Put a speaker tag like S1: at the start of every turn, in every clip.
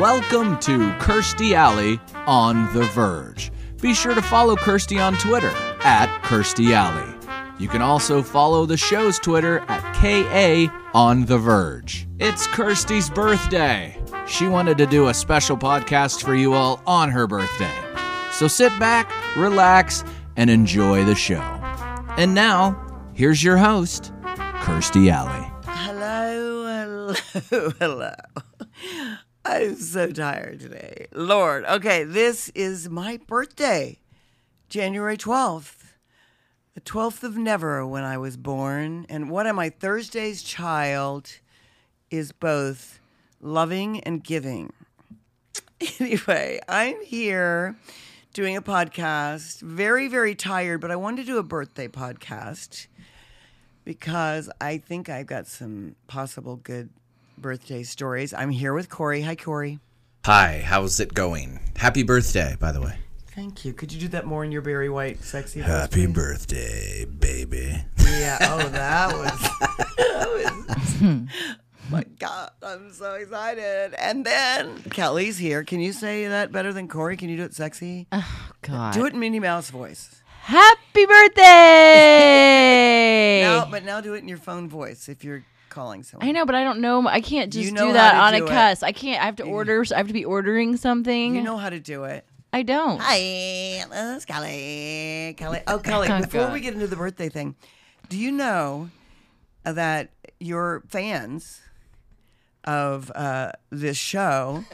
S1: Welcome to Kirsty Alley on The Verge. Be sure to follow Kirsty on Twitter at Kirsty Alley. You can also follow the show's Twitter at KA on The Verge. It's Kirsty's birthday. She wanted to do a special podcast for you all on her birthday. So sit back, relax, and enjoy the show. And now, here's your host, Kirsty Alley.
S2: Hello, hello, hello. I'm so tired today. Lord, okay, this is my birthday, January 12th, the 12th of never when I was born. And what am I? Thursday's child is both loving and giving. Anyway, I'm here doing a podcast, very, very tired, but I wanted to do a birthday podcast because I think I've got some possible good birthday stories. I'm here with Corey. Hi, Corey.
S3: Hi, how's it going? Happy birthday, by the way.
S2: Thank you. Could you do that more in your Barry White sexy voice?
S3: Happy birthday, baby.
S2: Yeah. Oh, that was. that was my God, I'm so excited. And then Kelly's here. Can you say that better than Corey? Can you do it sexy?
S4: God.
S2: Do it in Minnie Mouse voice.
S4: Happy birthday!
S2: Now, but now do it in your phone voice if you're calling someone.
S4: I know, but I don't know. I can't just
S2: You know
S4: do that
S2: how
S4: on
S2: to
S4: a
S2: do it.
S4: cuss. I can't. I have to order. I have to be ordering something.
S2: You know how to do it.
S4: I don't.
S2: Hi, it's Kelly. Kelly. Oh, Kelly,
S4: Oh,
S2: before
S4: God.
S2: we get into the birthday thing, do you know that your fans of uh, this show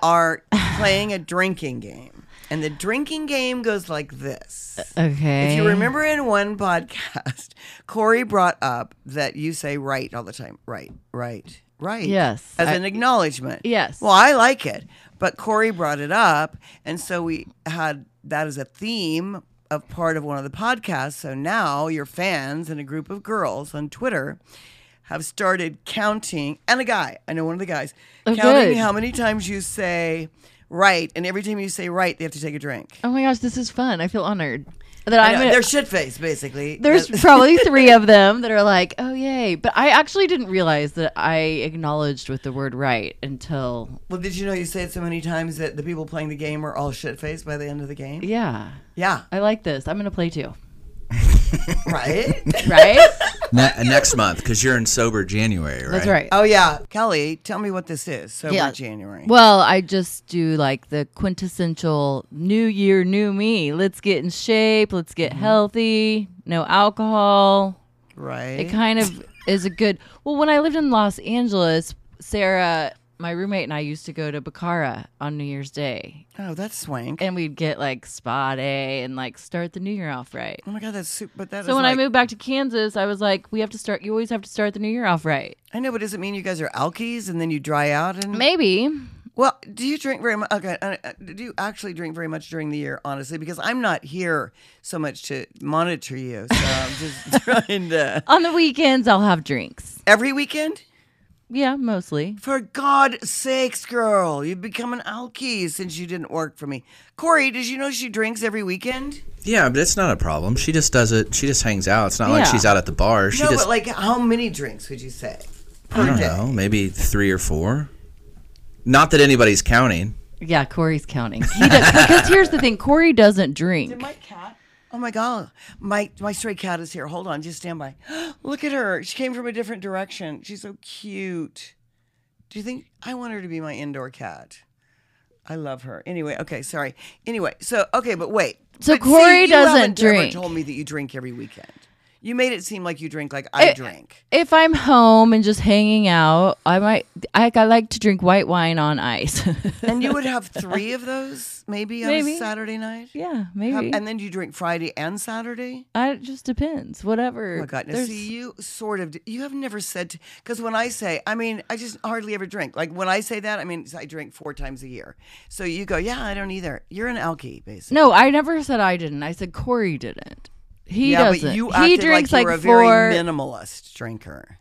S2: are playing a drinking game? And the drinking game goes like this.
S4: Okay.
S2: If you remember in one podcast, Corey brought up that you say right all the time. Right, right, right.
S4: Yes.
S2: As
S4: I-
S2: an acknowledgement.
S4: Yes.
S2: Well, I like it. But Corey brought it up. And so we had that as a theme of part of one of the podcasts. So now your fans and a group of girls on Twitter have started counting, and a guy, I know one of the guys,
S4: Oh,
S2: counting
S4: good.
S2: how many times you say right. And every time you say right, they have to take a drink.
S4: Oh my gosh, this is fun. I feel honored that I'm.
S2: No,
S4: Gonna,
S2: they're shit faced, basically.
S4: there's
S2: That-
S4: probably three of them that are like, oh yay! But I actually didn't realize that I acknowledged with the word right until
S2: Well, did you know you say it so many times that the people playing the game are all shit faced by the end of the game?
S4: yeah.
S2: Yeah,
S4: I like this. I'm gonna play too.
S2: right?
S4: Right?
S3: Ne- next month, because you're in sober January, right?
S4: That's right.
S2: oh, yeah. Kelly, tell me what this is. Sober
S4: Yeah.
S2: January.
S4: Well, I just do like the quintessential new year, new me. Let's get in shape. Let's get healthy. No alcohol.
S2: right.
S4: It kind of is a good. Well, when I lived in Los Angeles, Sarah, my roommate, and I used to go to Bacara on New Year's Day.
S2: oh, that's swank.
S4: And we'd get like spa day and like start the new year off right.
S2: oh, my God, that's super. But that
S4: So
S2: is
S4: when I
S2: like-
S4: moved back to Kansas, I was like, we have to start, you always have to start the new year off right.
S2: I know, but does it mean you guys are alkies and then you dry out? And
S4: Maybe.
S2: Well, do you drink very much? Okay. uh, uh, Do you actually drink very much during the year, honestly? Because I'm not here so much to monitor you. So I'm just trying to.
S4: On the weekends, I'll have drinks.
S2: Every weekend?
S4: Yeah, mostly.
S2: For God's sakes, girl, you've become an alkie since you didn't work for me. Corey, did you know she drinks every weekend?
S3: Yeah, but it's not a problem. She just does it. She just hangs out. It's not like
S4: Yeah.
S3: she's out at the bar. She
S2: no,
S3: just,
S2: but like, how many drinks would you say per
S3: I don't
S2: day?
S3: know, maybe three or four. Not that anybody's counting.
S4: Yeah, Corey's counting. He does, because here's the thing: Corey doesn't drink.
S2: Oh my God, my my stray cat is here. Hold on, just stand by. Look at her. She came from a different direction. She's so cute. Do you think I want her to be my indoor cat? I love her. Anyway, okay, sorry. Anyway, so okay, but wait.
S4: So
S2: But see,
S4: Corey
S2: you
S4: doesn't
S2: haven't ever
S4: drink.
S2: told me that you drink every weekend. You made it seem like you drink like I
S4: Eh,
S2: drink.
S4: If I'm home and just hanging out, I might. I, I like to drink white wine on ice.
S2: And you would have three of those maybe, on a
S4: Maybe.
S2: Saturday night.
S4: yeah,
S2: Have-
S4: maybe.
S2: Um, and then you drink Friday and Saturday.
S4: I, it just depends. Whatever.
S2: Oh my God! Now,
S4: There's-
S2: see, you sort of you have never said because when I say, I mean, I just hardly ever drink. Like when I say that, I mean I drink four times a year. So you go, yeah, I don't either. You're an alkie, basically.
S4: no, I never said I didn't. I said Corey didn't. He
S2: yeah,
S4: doesn't.
S2: but you
S4: he
S2: acted
S4: drinks
S2: like
S4: like,
S2: you're a
S4: four.
S2: very minimalist drinker.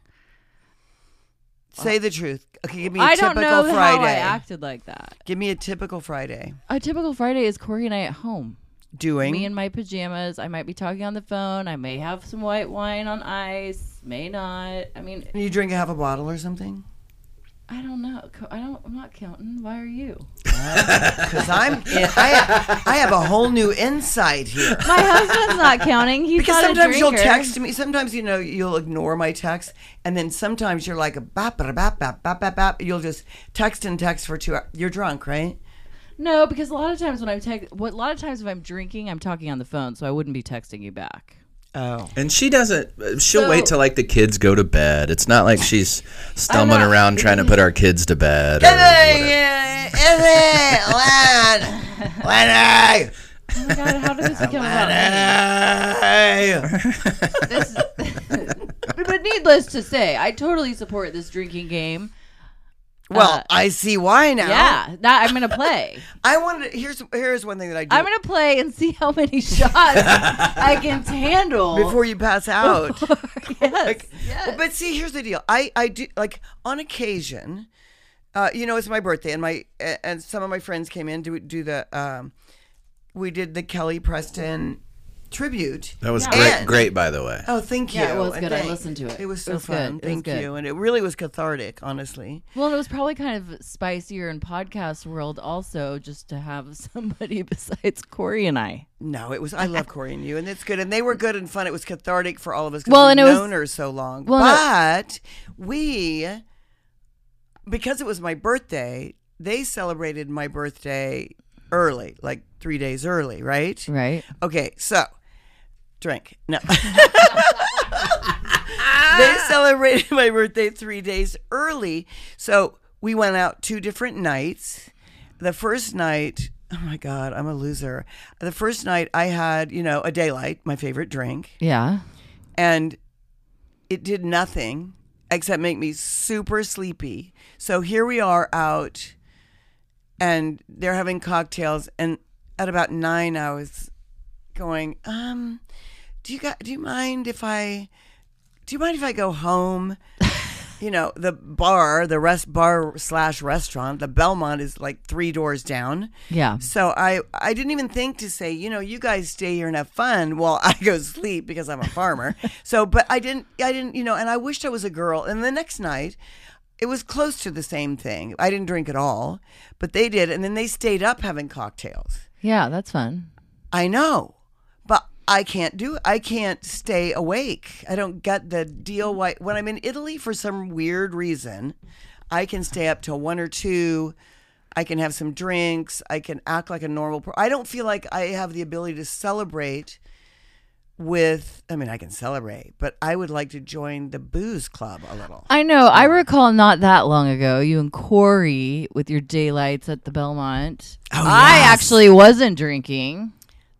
S2: Say the truth. Okay, give me a
S4: I don't
S2: typical
S4: know how I
S2: Friday.
S4: acted like that.
S2: Give me a typical Friday.
S4: A typical Friday is Corey and I at home.
S2: Doing
S4: me in my pajamas. I might be talking on the phone. I may have some white wine on ice. May not. I mean,
S2: you drink a half a bottle or something.
S4: I don't know. Co- I don't. I'm not counting. Why are you?
S2: Because I'm, I have, I have a whole new insight here.
S4: My husband's not counting. He's
S2: Because
S4: not
S2: sometimes
S4: a
S2: you'll
S4: drinker.
S2: text me. Sometimes you know you'll ignore my text, and then sometimes you're like bap bada, bap bap bap bap bap. You'll just text and text for two hours. You're drunk, right?
S4: No, because a lot of times when I'm text, what a lot of times if I'm drinking, I'm talking on the phone, so I wouldn't be texting you back.
S2: Oh,
S3: And she doesn't. uh, She'll
S4: So-
S3: wait till like the kids go to bed. It's not like she's stumbling
S4: not-
S3: around trying to put our kids to bed. Or whatever.
S4: Oh my god, how did this become about me? This is- but needless to say, I totally support this drinking game.
S2: well, I see why now.
S4: Yeah, that I'm gonna play.
S2: I wanted. Here's here's one thing that I do
S4: I'm gonna play and see how many shots I can handle.
S2: before you pass
S4: Oh.
S2: out.
S4: yes,
S2: Well, But see, here's the deal. I I do like on occasion, uh, you know, it's my birthday, and my a- and some of my friends came in to do the um, we did the Kelly Preston tribute.
S3: That was
S2: And-
S3: great. Great, by the way.
S2: Oh, thank you.
S4: Yeah, it was
S2: and
S4: good. I
S2: thanks.
S4: listened to it.
S2: It was
S4: It
S2: so
S4: was good.
S2: fun.
S4: It was
S2: Thank
S4: good.
S2: you, and it really was cathartic, honestly.
S4: Well, and it was probably kind of spicier in podcast world also, just to have somebody besides Corey and I.
S2: No, it was. I love Corey and you, and it's good. And they were good and fun. It was cathartic for all of us. 'cause
S4: Well,
S2: we've
S4: and it was-
S2: known her so long.
S4: Well, no-
S2: but we, because it was my birthday, they celebrated my birthday early, like three days early, right?
S4: Right.
S2: Okay, so drink. No. they celebrated my birthday three days early. So we went out two different nights. The first night, oh my God, I'm a loser. The first night I had, you know, a daylight, my favorite drink,
S4: Yeah.
S2: and it did nothing except make me super sleepy. So here we are out and they're having cocktails and at about nine I was going, um, do you got do you mind if I do you mind if I go home? you know, the bar, the rest bar slash restaurant, the Belmont is like three doors down.
S4: Yeah.
S2: So I I didn't even think to say, you know, you guys stay here and have fun while I go sleep because I'm a farmer. so, but I didn't I didn't you know, and I wished I was a girl. And the next night, it was close to the same thing. I didn't drink at all, but they did, and then they stayed up having cocktails.
S4: Yeah, that's fun.
S2: I know, but I can't do it. I can't stay awake. I don't get the deal. Why when I'm in Italy for some weird reason, I can stay up till one or two. I can have some drinks. I can act like a normal. Per- I don't feel like I have the ability to celebrate with. I mean, I can celebrate, but I would like to join the booze club a little.
S4: I know. I recall not that long ago, you and Corey with your daylights at the Belmont.
S2: Oh,
S4: I
S2: yes.
S4: actually wasn't drinking.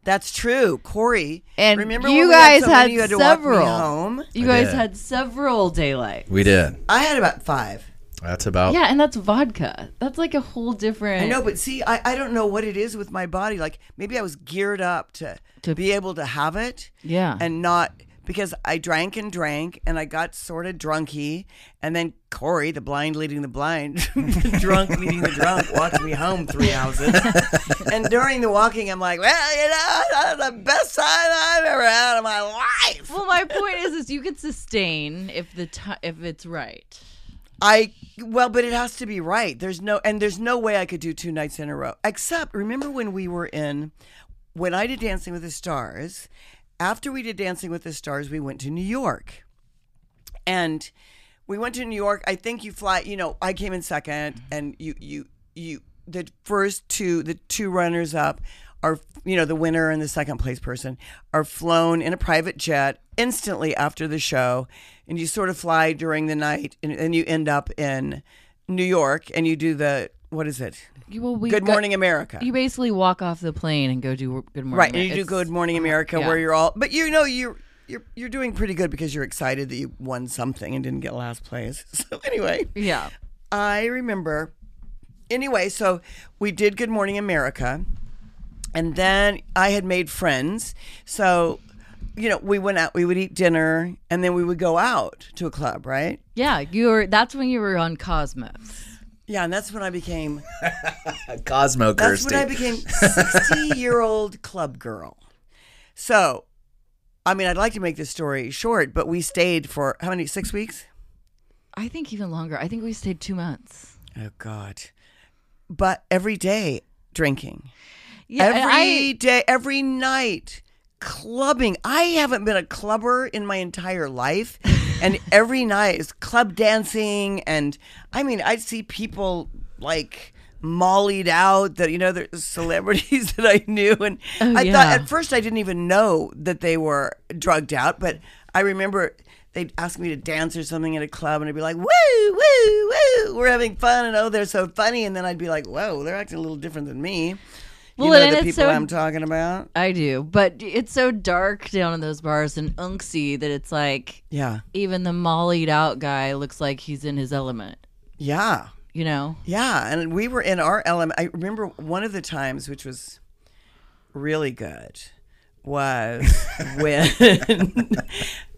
S2: That's true, Corey.
S4: And
S2: remember
S4: you
S2: when we had
S4: guys
S2: so many
S4: had
S2: you had to
S4: several.
S2: walk me home.
S4: You guys
S3: did.
S4: had several daylights.
S3: We did.
S2: I had about five.
S3: That's about.
S4: Yeah, and that's vodka. That's like a whole different.
S2: I know, but see, I, I don't know what it is with my body. Like maybe I was geared up to,
S4: To-
S2: be able to have it
S4: Yeah.
S2: and not because I drank and drank and I got sort of drunky. And then Corey, the blind leading the blind, the drunk leading the drunk, walked me home three houses. and during the walking, I'm like, well, you know, that's the best time I've ever had in my life.
S4: well, my point is, is you could sustain if the ti if it's right.
S2: I well, but it has to be right. There's no and there's no way I could do two nights in a row. Except remember when we were in when I did Dancing with the Stars, after we did Dancing with the Stars, we went to New York. And we went to New York. I think you fly, you know, I came in
S4: Mm-hmm.
S2: second and you you you the first two the two runners up are you know the winner and the second place person are flown in a private jet instantly after the show and you sort of fly during the night and, and you end up in New York and you do the what is it?
S4: You, well, we
S2: Good
S4: got-
S2: Morning America.
S4: You basically walk off the plane and go do Good Morning.
S2: Right,
S4: Amer-
S2: and you do
S4: it's- uh-huh.
S2: Good Morning America,
S4: yeah.
S2: where you're all, but you know you you're you're doing pretty good because you're excited that you won something and didn't get last place. So anyway,
S4: Yeah.
S2: I remember. Anyway, so we did Good Morning America, and then I had made friends. So, you know, we went out, we would eat dinner, and then we would go out to a club, right?
S4: Yeah, you were. That's when you were on Cosmos.
S2: Yeah, and that's when I became.
S3: Cosmo
S2: That's
S3: Kirsty.
S2: when I became sixty-year-old club girl. So, I mean, I'd like to make this story short, but we stayed for how many? Six weeks.
S4: I think even longer. I think we stayed two months.
S2: Oh God. But every day drinking.
S4: Yeah,
S2: every
S4: and I,
S2: day, every night, clubbing. I haven't been a clubber in my entire life, and every night is club dancing. And I mean, I see people like mollied out that you know there's celebrities that I knew, and
S4: Oh,
S2: I
S4: yeah.
S2: thought at first I didn't even know that they were drugged out, but I remember. They'd ask me to dance or something at a club, and I'd be like, "Woo, woo, woo! We're having fun, and oh, they're so funny." And then I'd be like, "Whoa, they're acting a little different than me."
S4: Well,
S2: you know
S4: and
S2: the
S4: it's
S2: people
S4: so-
S2: I'm talking about?
S4: I do, but it's so dark down in those bars in Unksy that it's like
S2: Yeah.
S4: even the mollied out guy looks like he's in his element.
S2: Yeah.
S4: You know,
S2: Yeah. And we were in our element. I remember one of the times, which was really good, was when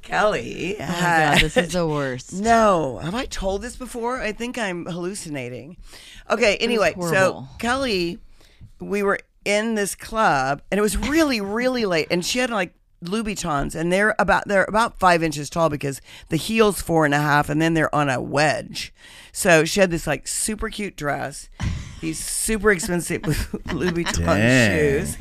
S2: Kelly
S4: oh my God,
S2: had.
S4: this is the worst.
S2: No, have I told this before? I think I'm hallucinating. Okay, anyway, so
S4: horrible.
S2: Kelly, we were in this club and it was really, really late, and she had like Louboutins, and they're about they're about five inches tall because the heel's four and a half, and then they're on a wedge. So she had this like super cute dress, these super expensive Louboutin
S3: Dang.
S2: shoes.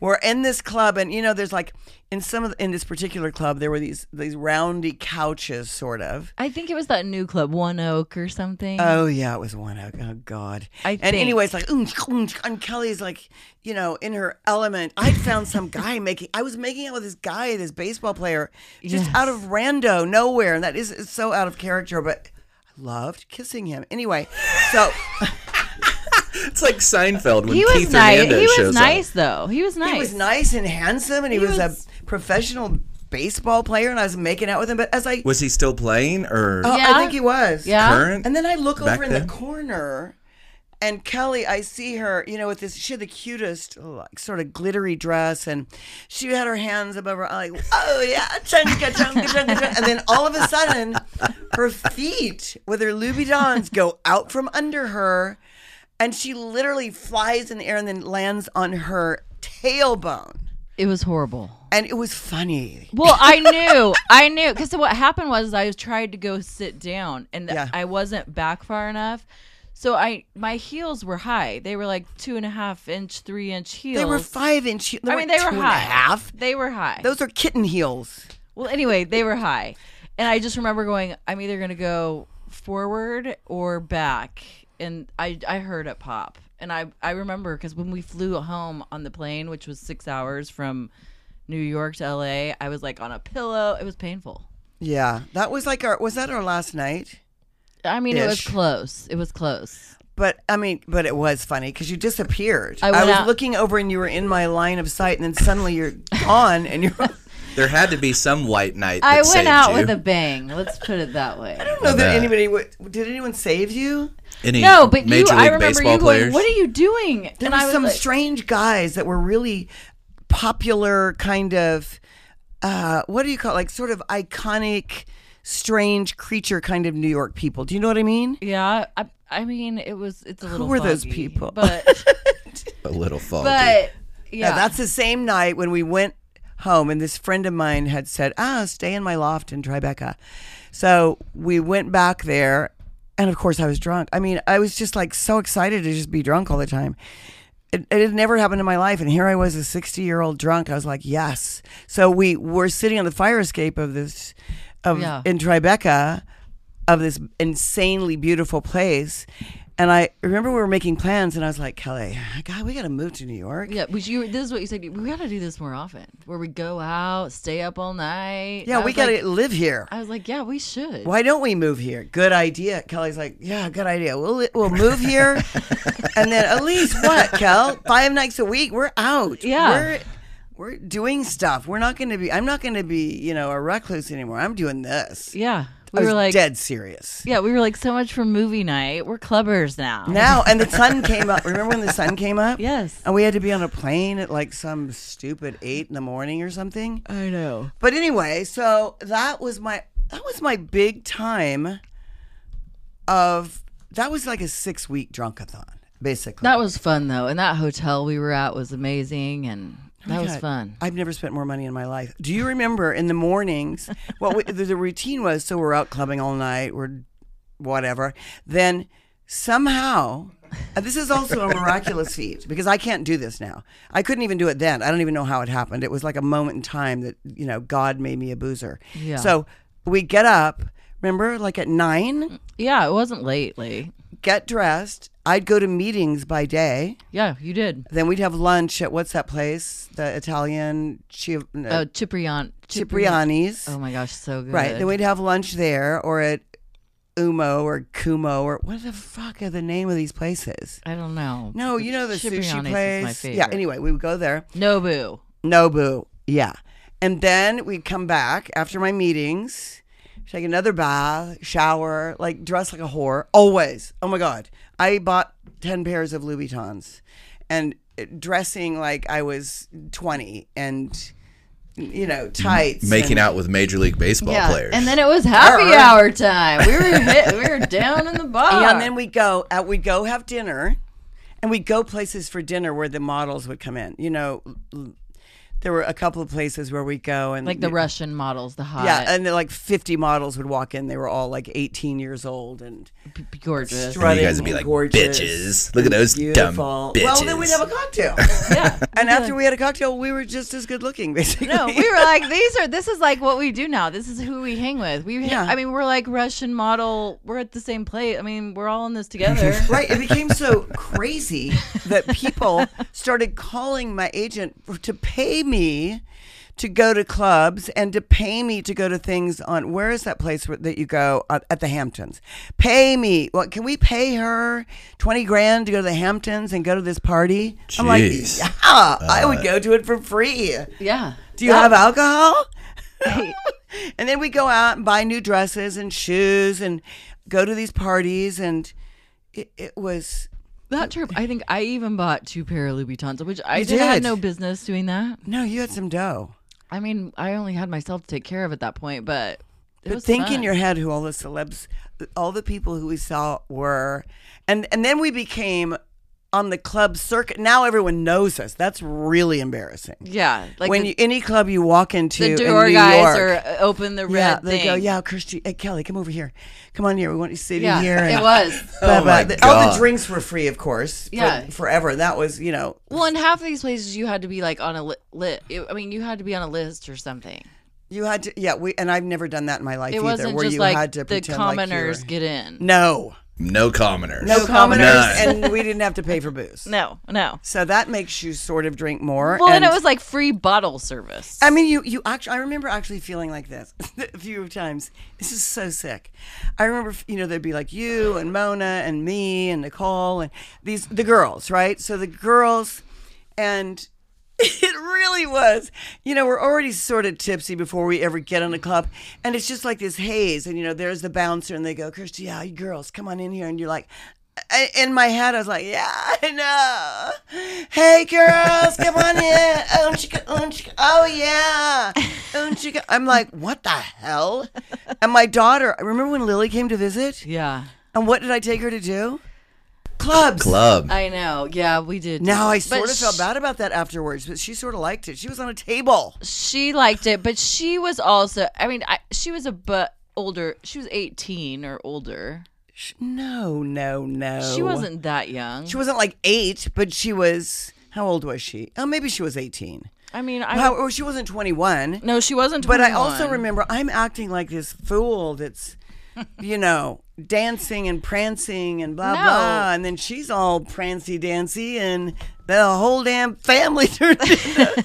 S2: We're in this club, and you know, there's like in some of the, in this particular club, there were these these roundy couches, sort of.
S4: I think it was that new club, One Oak or something.
S2: Oh yeah, it was one. Oh, oh god.
S4: I
S2: and
S4: think.
S2: anyway, it's like "Oonch, oonch," and Kelly's like, you know, in her element. I found some guy making. I was making out with this guy, this baseball player, just
S4: Yes.
S2: out of rando, nowhere, and that is it's so out of character. But I loved kissing him. Anyway, so
S3: It's like Seinfeld when
S4: he was
S3: Keith
S4: nice.
S3: Hernandez
S4: He was
S3: shows
S4: nice though. He was nice.
S2: he was nice and handsome, and he,
S4: He
S2: was,
S4: was-
S2: a professional baseball player, and I was making out with him. But as I,
S3: up. Was he still playing or
S2: oh,
S4: Yeah.
S2: I think he was.
S4: Yeah.
S3: current?
S2: And then I look
S3: back
S2: over in the
S3: then?
S2: corner, and Kelly, I see her, you know, with this. She had the cutest, like, sort of glittery dress, and she had her hands above her. i like, oh yeah, chunka chunka chunka, chunka. and then all of a sudden, her feet with her Louboutins go out from under her, and she literally flies in the air and then lands on her tailbone,
S4: it was horrible.
S2: and it was funny.
S4: Well, I knew, I knew, because what happened was I tried to go sit down, and
S2: Yeah.
S4: I wasn't back far enough. So I, my heels were high. They were like two and a half inch, three inch heels.
S2: They were five inch.
S4: I mean, they were
S2: two and a
S4: high.
S2: half.
S4: They were high.
S2: Those are kitten heels.
S4: well, anyway, they were high, and I just remember going, I'm either gonna go forward or back, and I, I heard it pop, and I, I remember because when we flew home on the plane, which was six hours from New York to L.A., I was like on a pillow. It was painful.
S2: Yeah, that was like our was that our last night?
S4: I mean, it was
S2: Ish.
S4: close. It was close.
S2: But I mean, but it was funny because you disappeared.
S4: I
S2: I,
S4: went
S2: was
S4: out-
S2: looking over and you were in my line of sight, and then suddenly you're gone, and you're. I
S3: There had to be some white knight. That
S4: I went
S3: saved
S4: out
S3: you.
S4: with a bang. Let's put it that way.
S2: don't know that
S3: bet.
S2: anybody would. Did anyone save you?
S3: Any
S4: No, but you.
S3: major league
S4: I remember
S3: baseball
S4: you going.
S3: players.
S4: What are you doing?
S2: There
S4: I
S2: were some
S4: like-
S2: strange guys that were really popular, kind of. Uh, what do you call it? like sort of iconic, strange creature kind of New York people? Do you know what I mean?
S4: Yeah, I, I mean, it was. It's a little.
S2: were those
S4: foggy,
S2: people?
S4: But
S3: a little faulty.
S4: but yeah,
S2: Yeah, that's the same night when we went home, and this friend of mine had said, "Ah, stay in my loft in Tribeca." So we went back there, and of course, I was drunk. I mean, I was just like so excited to just be drunk all the time. It, it had never happened in my life, and here I was, a sixty-year-old drunk. I was like, "Yes." So we were sitting on the fire escape of this, of
S4: Yeah.
S2: in Tribeca, of this insanely beautiful place. And I remember we were making plans, and I was like, "Kelly, God, we got to move to New York."
S4: yeah. Which you. This is what you said. We got to do this more often. Where we go out, stay up all night.
S2: Yeah,
S4: I
S2: we
S4: was like-
S2: gotta live here.
S4: I was like, yeah, we should.
S2: Why don't we move here? Good idea. Kelly's like, yeah, good idea. We'll li- we'll move here, and then at least what, Kel? Five nights a week, we're out.
S4: Yeah.
S2: we're we're doing stuff. We're not going to be. I'm not going to be, you know, a recluse anymore. I'm doing this.
S4: Yeah,
S2: I
S4: we
S2: was
S4: were like.
S2: dead serious.
S4: Yeah, we were like so much for movie night. We're clubbers now.
S2: Now and the sun came up. Remember when the sun came up?
S4: Yes.
S2: And we had to be on a plane at like some stupid eight in the morning or something.
S4: I know.
S2: But anyway, so that was my that was my big time of that was like a six week drunkathon, basically.
S4: That was fun though, and that hotel we were at was amazing, and that was
S2: Oh God,
S4: fun.
S2: I've never spent more money in my life. Do you remember in the mornings what we, the, the routine was? So we're out clubbing all night. We're whatever, then somehow, and this is also a miraculous feat because I can't do this now. I couldn't even do it then. I don't even know how it happened. It was like a moment in time that, you know, God made me a boozer.
S4: Yeah.
S2: So we get up, remember, like at nine,
S4: Yeah, it wasn't lately.
S2: get dressed. I'd go to meetings by day.
S4: Yeah, you did.
S2: Then we'd have lunch at what's that place? The Italian Chi- uh,
S4: Oh, Ciprian.
S2: Cipriani's.
S4: Oh my gosh, so good.
S2: Right. Then we'd have lunch there or at Umo or Kumo or what the fuck are the name of these places?
S4: I don't know.
S2: No, you know the
S4: Cipriani's
S2: sushi
S4: is my
S2: place. yeah.
S4: favorite.
S2: Anyway, we would go there.
S4: Nobu.
S2: Nobu. Yeah. And then we'd come back after my meetings, take another bath, shower, like dress like a whore. Always. Oh my God. I bought 10 pairs of Louis Vuittons and eh, dressing like I was 20 and, you know, tights.
S3: Making
S2: and-
S3: out with Major League Baseball players.
S4: And then it was happy hour time. We were hit, we were down in the bar.
S2: Yeah, and then we go out. We go have dinner, and we go places for dinner where the models would come in. You know, l- there were a couple of places where we go and
S4: like the Russian models, the hot,
S2: yeah, and then like fifty models would walk in. They were all like eighteen years old and
S4: b- b- gorgeous.
S3: And
S2: strutting
S3: you guys would be
S2: and
S3: like,
S2: gorgeous,
S3: bitches. Look at those dumb
S2: beautiful.
S3: bitches.
S2: Well, then we'd have a cocktail,
S4: Yeah.
S2: and after we had a cocktail, we were just as good looking, basically.
S4: No, we were like these are this is like what we do now. This is who we hang with. We hang-
S2: Yeah.
S4: I mean we're like Russian model. We're at the same place. I mean we're all in this together.
S2: Right. It became so crazy that people started calling my agent for- to pay me to go to clubs and to pay me to go to things on where is that place where, that you go uh, at the Hamptons? Pay me. What can we pay her 20 grand to go to the Hamptons and go to this party? I'm like,
S3: Jeez.
S2: yeah, I would go to it for free.
S4: Yeah.
S2: Do you have alcohol? and then we go out and buy new dresses and shoes and go to these parties and it, it was
S4: That trip, I think I even bought two pair of Louis Vuittons, which I
S2: You
S4: did. I had
S2: did.
S4: no business doing that.
S2: no you had some dough
S4: I mean, I only had myself to take care of at that point, but it
S2: but
S4: was
S2: think in
S4: fun.
S2: your head who all the celebs all the people who we saw were and and then we became on the club circuit now everyone knows us that's really embarrassing
S4: yeah, like
S2: when
S4: the,
S2: you, any club you walk into
S4: the
S2: in
S4: door
S2: New
S4: guys
S2: York,
S4: are uh, open the red
S2: yeah they
S4: thing.
S2: go yeah Kirsty hey, Kelly come over here come on here we want you to sit
S4: Yeah,
S2: in here and
S4: it was.
S2: blah,
S3: Oh my
S2: blah. The- all
S3: God.
S2: the drinks were free of course for-
S4: Yeah.
S2: forever that was you know
S4: Well, in half of these places, you had to be like on a li- lit. I mean, you had to be on a list or something.
S2: You had to, yeah. We and I've never done that in my life
S4: It
S2: either.
S4: wasn't
S2: where
S4: just
S2: you
S4: like
S2: had to
S4: the
S2: pretend like you were-
S4: commoners get in.
S2: no,
S3: no commoners.
S2: no commoners,
S3: None.
S2: and we didn't have to pay for booze.
S4: No, no.
S2: So that makes you sort of drink more.
S4: Well, and, it was like free bottle service.
S2: I mean, you you actually. I remember actually feeling like this a few times. This is so sick. I remember, you know, there'd be like you and Mona and me and Nicole and these the girls, right? So the girls, and it really was. You know, we're already sort of tipsy before we ever get in the club, and it's just like this haze. And you know, there's the bouncer, and they go, "Kirsty, yeah, you girls, come on in here," and you're like. I- In my head, I was like, "Yeah, I know. Hey, girls, come on in. Oh, chicka, oh, chicka. oh yeah. Oh, chicka. I'm like, what the hell? And my daughter, I remember when Lily came to visit,
S4: yeah,
S2: and what did I take her to do? Clubs.
S3: Club.
S4: I know. Yeah, we did. do
S2: Now I
S4: that. But
S2: sort of felt
S4: sh-
S2: bad about that afterwards, but she sort of liked it. She was on a table.
S4: She liked it, but she was also. I mean, I, she was a but older. She was eighteen or older.
S2: Sh- No, no, no.
S4: She wasn't that young.
S2: Oh. She wasn't like eight, but she was. How old was she? Oh, maybe she was eighteen.
S4: I mean, I
S2: How, or she wasn't twenty-one.
S4: no, she wasn't.
S2: But I also
S4: 21.
S2: remember I'm acting like this fool that's, you know, dancing and prancing and blah
S4: No.
S2: blah, and then she's all prancy dancy, and the whole damn family turned into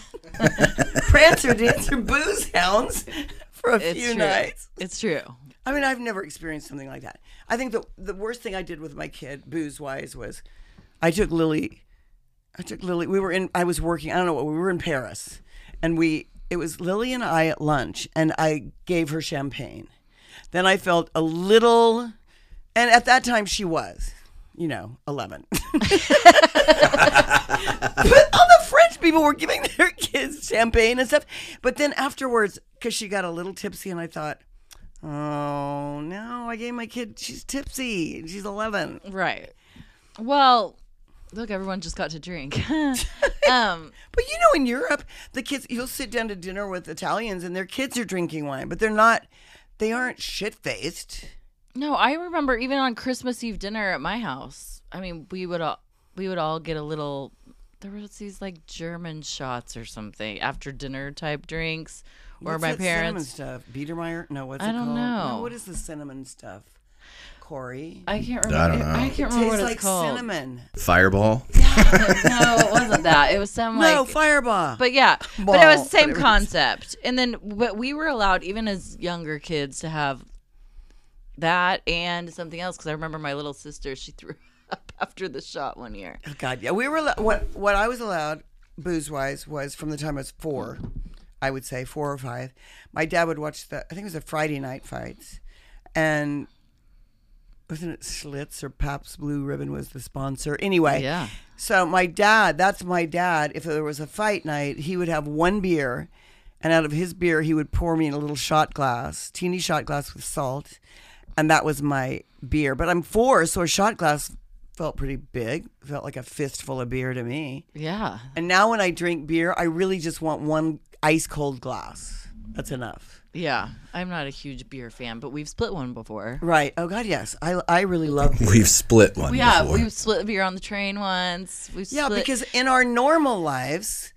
S2: prancer dancer booze hounds for a
S4: It's
S2: few
S4: true.
S2: nights.
S4: It's true.
S2: I mean, I've never experienced something like that. I think the the worst thing I did with my kid, booze wise, was I took Lily. I took Lily. We were in. I was working. I don't know what we were in Paris, and we. It was Lily and I at lunch, and I gave her champagne. Then I felt a little, and at that time she was, you know, eleven. but all the French people were giving their kids champagne and stuff. But then afterwards, because she got a little tipsy, and I thought, oh no, I gave my kid. She's tipsy. She's eleven.
S4: Right. Well, look, everyone just got to drink. um,
S2: But you know, in Europe, the kids you'll sit down to dinner with Italians, and their kids are drinking wine, but they're not. They aren't shit faced.
S4: No, I remember even on Christmas Eve dinner at my house. I mean, we would all we would all get a little. There was these like German shots or something after dinner type drinks, or
S2: What's
S4: my
S2: that
S4: parents.
S2: cinnamon stuff. Biedermeier? No, what's
S4: I
S2: it
S4: don't
S2: called? No,
S4: know.
S2: what is the cinnamon stuff? Corey.
S4: I can't remember.
S3: I don't know.
S4: I can't remember what
S2: tastes
S4: it's
S2: like
S4: called.
S2: cinnamon.
S3: Fireball.
S4: no, it wasn't that. It was some like
S2: no, fireball.
S4: But yeah, but it was
S2: Ball,
S4: the
S2: whatever
S4: same
S2: it is.
S4: concept. And then, but we were allowed, even as younger kids, to have that and something else. Because I remember my little sister, she threw up after the shot one year.
S2: Oh, God, yeah, we were allo- what what I was allowed booze wise was from the time I was four, I would say four or five. My dad would watch the I think it was the Friday night fights, and wasn't it Slits or Pabst Blue Ribbon was the sponsor anyway.
S4: Yeah.
S2: So my dad, that's my dad. If there was a fight night, he would have one beer, and out of his beer, he would pour me in a little shot glass, teeny shot glass with salt, and that was my beer. But I'm four, so a shot glass felt pretty big. Felt like a fistful of beer to me.
S4: Yeah.
S2: And now when I drink beer, I really just want one ice cold glass. That's enough.
S4: Yeah. I'm not a huge beer fan, but we've split one before.
S2: Right. Oh God, yes. I I really love beer.
S3: We've split one
S4: Yeah,
S3: before.
S4: we've split beer on the train once. We've
S2: Yeah,
S4: split-
S2: because in our normal lives,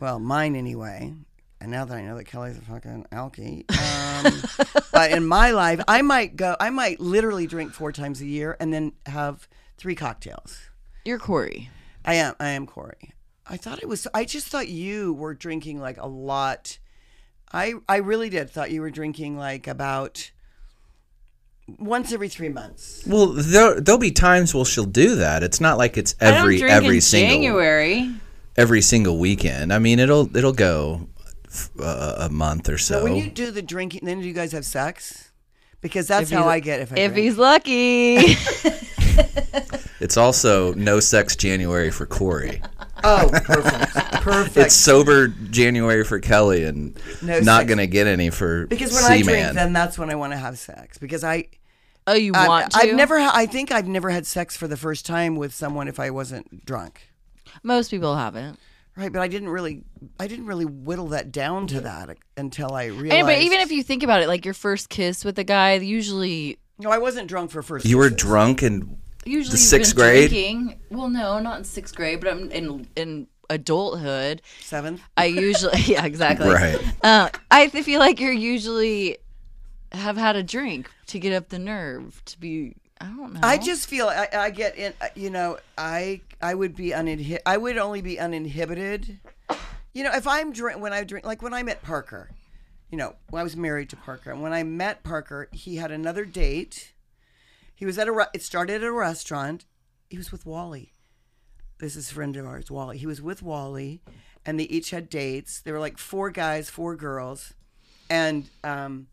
S2: well, mine anyway, and now that I know that Kelly's a fucking alky, um, but in my life, I might go, I might literally drink four times a year and then have three cocktails.
S4: you're Corey.
S2: I am, I am Corey. I thought it was, I just thought you were drinking like a lot. I, I really did thought you were drinking like about once every three months.
S3: well, there, there'll be times where she'll do that. It's not like it's every
S4: I don't drink
S3: every
S4: in
S3: single
S4: January.
S3: every single weekend. I mean, it'll it'll go f- uh, a month or so.
S2: But when you do the drinking, then do you guys have sex? Because that's how
S4: he's-
S2: I get if I
S4: If
S2: drink.
S4: he's lucky.
S3: it's also no sex January for Corey.
S2: Oh, perfect. Perfect.
S3: It's sober January for Kelly, and
S2: No
S3: not
S2: sex.
S3: gonna get any for
S2: because when I drink,
S3: C-Man.
S2: then that's when I want to have sex. Because I,
S4: oh, you
S2: I've,
S4: want to?
S2: I've never, ha- I think I've never had sex for the first time with someone if I wasn't drunk,
S4: Most people haven't.
S2: right? But I didn't really, I didn't really whittle that down to that until I realized.
S4: And, but even if you think about it, like your first kiss with a guy, usually,
S2: no, I wasn't drunk for first.
S3: you were
S2: kisses.
S3: drunk and
S4: usually
S3: The
S4: you've
S3: sixth
S4: been
S3: grade?
S4: drinking. Well, no, not in sixth grade, but I'm in in adulthood.
S2: seventh.
S4: I usually, yeah, exactly.
S3: right.
S4: Uh, I th- feel like you're usually have had a drink to get up the nerve to be. I don't know.
S2: I just feel I, I get in. uh, You know, I I would be uninhibited. I would only be uninhibited. You know, if I'm drink when I drink, like when I met Parker. You know, when I was married to Parker, and when I met Parker, he had another date. He was at a. Re- it started at a restaurant. He was with Wally. This is a friend of ours, Wally. He was with Wally, and they each had dates. There were like four guys, four girls, and um,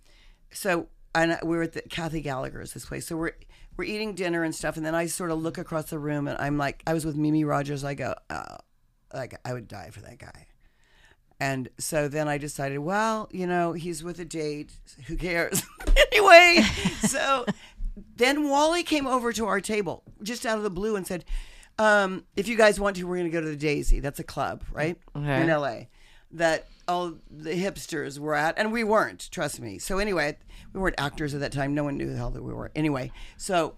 S2: so and we were at the Kathy Gallagher's this place. So we're we're eating dinner and stuff, and then I sort of look across the room, and I'm like, I was with Mimi Rogers. I go, oh, like I would die for that guy. And so then I decided, well, you know, he's with a date. Who cares? anyway, so then Wally came over to our table just out of the blue and said, um, if you guys want to, we're going to go to the Daisy. That's a club, right?
S4: Okay.
S2: In LA that all the hipsters were at. And we weren't, trust me. So anyway, we weren't actors at that time. No one knew the hell that we were. Anyway, so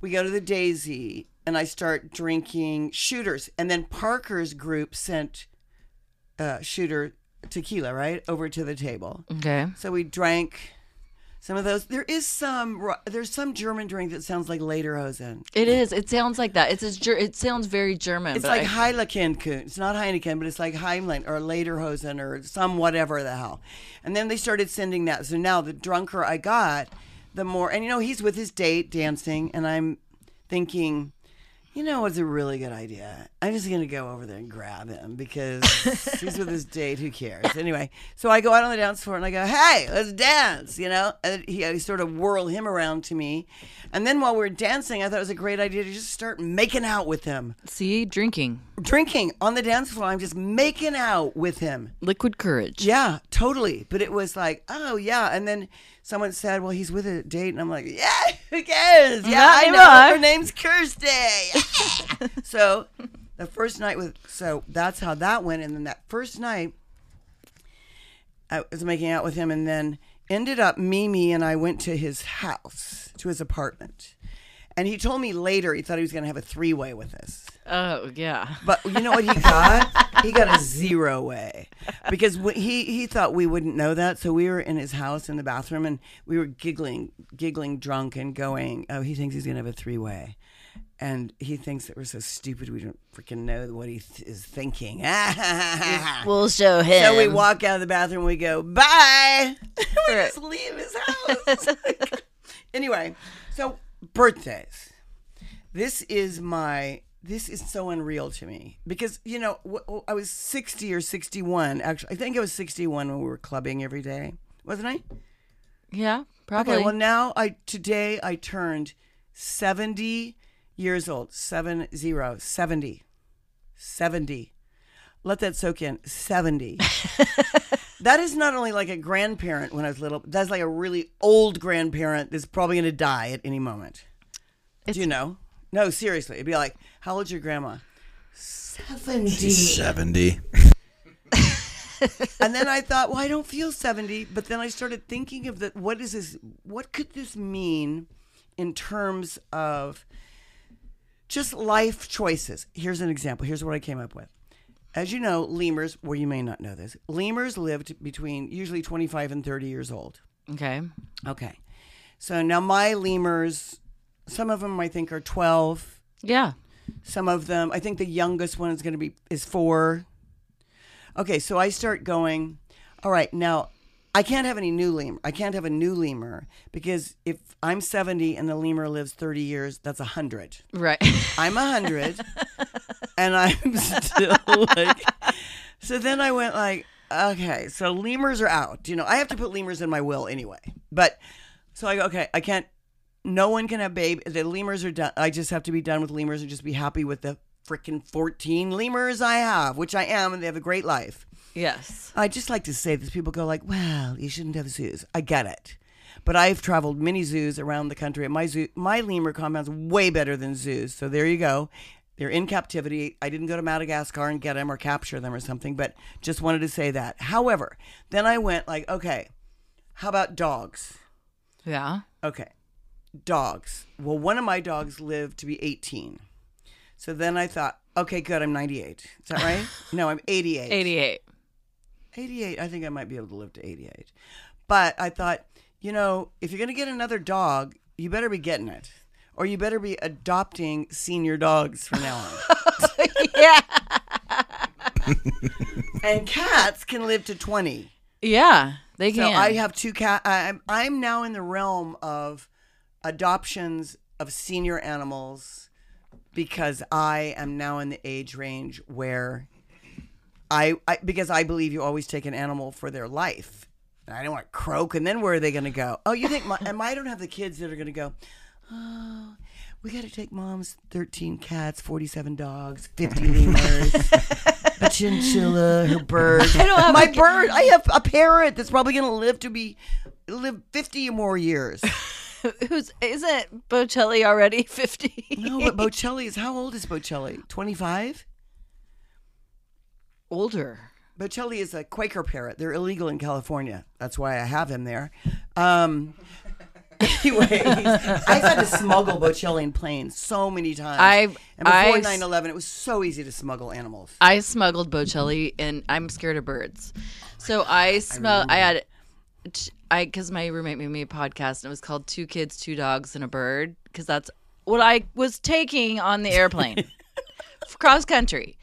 S2: we go to the Daisy and I start drinking shooters. And then Parker's group sent uh, shooter tequila, right? Over to the table.
S4: okay.
S2: So we drank some of those. There is some, ru- there's some German drink that sounds like Lederhosen.
S4: It is. It sounds like that. It's a, ger- it sounds very German.
S2: It's
S4: but
S2: like
S4: I-
S2: Heiligenkuchen. It's not Heineken, but it's like Heimlein or Lederhosen or some whatever the hell. And then they started sending that. So now the drunker I got, the more. And you know, he's with his date dancing, and I'm thinking, you know what's a really good idea? I'm just going to go over there and grab him because he's with his date. Who cares? Anyway, so I go out on the dance floor and I go, hey, let's dance, you know? And he, I sort of whirl him around to me. And then while we're dancing, I thought it was a great idea to just start making out with him
S4: see, drinking
S2: drinking on the dance floor. I'm just making out with him.
S4: liquid courage.
S2: Yeah, totally. But it was like, oh yeah. And then someone said, well, he's with a date, and I'm like, yeah, who cares? Yeah,
S4: Not
S2: I know.
S4: anymore.
S2: Her name's Kirsty. Yeah. so, the first night with so that's how that went. And then that first night, I was making out with him, and then ended up Mimi and I went to his house, to his apartment. And he told me later he thought he was going to have a three way with us.
S4: Oh yeah.
S2: But you know what he got? he got a zero way because wh- he he thought we wouldn't know that. So we were in his house in the bathroom and we were giggling, giggling drunk and going, "Oh, he thinks he's gonna have a three way." And he thinks that we're so stupid we don't freaking know what he th- is thinking.
S4: We'll show him.
S2: so we walk out of the bathroom. We go bye. we just leave his house. anyway, so birthdays this is my this is so unreal to me because you know wh- I was 60 or 61 actually I think I was 61 when we were clubbing every day wasn't I
S4: Yeah, probably.
S2: okay well now I today I turned 70 years old 70 70 70 let that soak in 70 that is not only like a grandparent when I was little that's like a really old grandparent that's probably going to die at any moment do you know? No, seriously. It'd be like, how old's your grandma? 70.
S3: 70.
S2: and then I thought, well, I don't feel 70. But then I started thinking of the, what is this, what could this mean in terms of just life choices? Here's an example. Here's what I came up with. As you know, lemurs, well, you may not know this, lemurs lived between usually 25 and 30 years old.
S4: okay.
S2: Okay. So now my lemurs, some of them I think are 12,
S4: Yeah.
S2: some of them i think the youngest one is going to be is four okay so i start going all right now i can't have any new lemur i can't have a new lemur because if i'm 70 and the lemur lives 30 years that's 100
S4: Right.
S2: i'm 100 and i'm still like so then i went like okay so lemurs are out you know i have to put lemurs in my will anyway but so i go okay i can't no one can have babe. The lemurs are done. I just have to be done with lemurs and just be happy with the freaking 14 lemurs I have, which I am, and they have a great life.
S4: yes.
S2: I just like to say this. People go like, "Well, you shouldn't have zoos." I get it, but I've traveled many zoos around the country, and my zoo, my lemur compound's way better than zoos. So there you go. They're in captivity. I didn't go to Madagascar and get them or capture them or something, but just wanted to say that. However, then I went like, "Okay, how about dogs?"
S4: Yeah.
S2: Okay. Dogs. Well, one of my dogs lived to be 18. So then I thought, okay, good, I'm 98. Is that right? no, I'm 88.
S4: 88.
S2: 88. I think I might be able to live to 88. But I thought, you know, if you're going to get another dog, you better be getting it. Or you better be adopting senior dogs from now on.
S4: yeah.
S2: and cats can live to 20.
S4: Yeah. They
S2: So
S4: can.
S2: I have two cat. I- I'm I'm now in the realm of adoptions of senior animals because I am now in the age range where I, I because I believe you always take an animal for their life. And I don't want to croak, and then where are they going to go? Oh, you think my, and I don't have the kids that are going to go. Oh, we got to take mom's thirteen cats, forty-seven dogs, fifty lemurs. A chinchilla, her bird. I don't have my bird. I have a parrot that's probably going to live to be live fifty or more years.
S4: Who's isn't Bocelli already 50?
S2: No, but Bocelli is how old is Bocelli? Twenty-five.
S4: Older.
S2: Bocelli is a Quaker parrot. They're illegal in California. That's why I have him there. Um, anyway, I've had to smuggle Bocelli in planes so many times.
S4: I've-
S2: and before
S4: I've-
S2: 9-11, it was so easy to smuggle animals.
S4: I smuggled Bocelli, and I'm scared of birds. So I smell. I, had, I because my roommate made me a podcast, and it was called Two Kids, Two Dogs, and a Bird," because that's what I was taking on the airplane, cross country.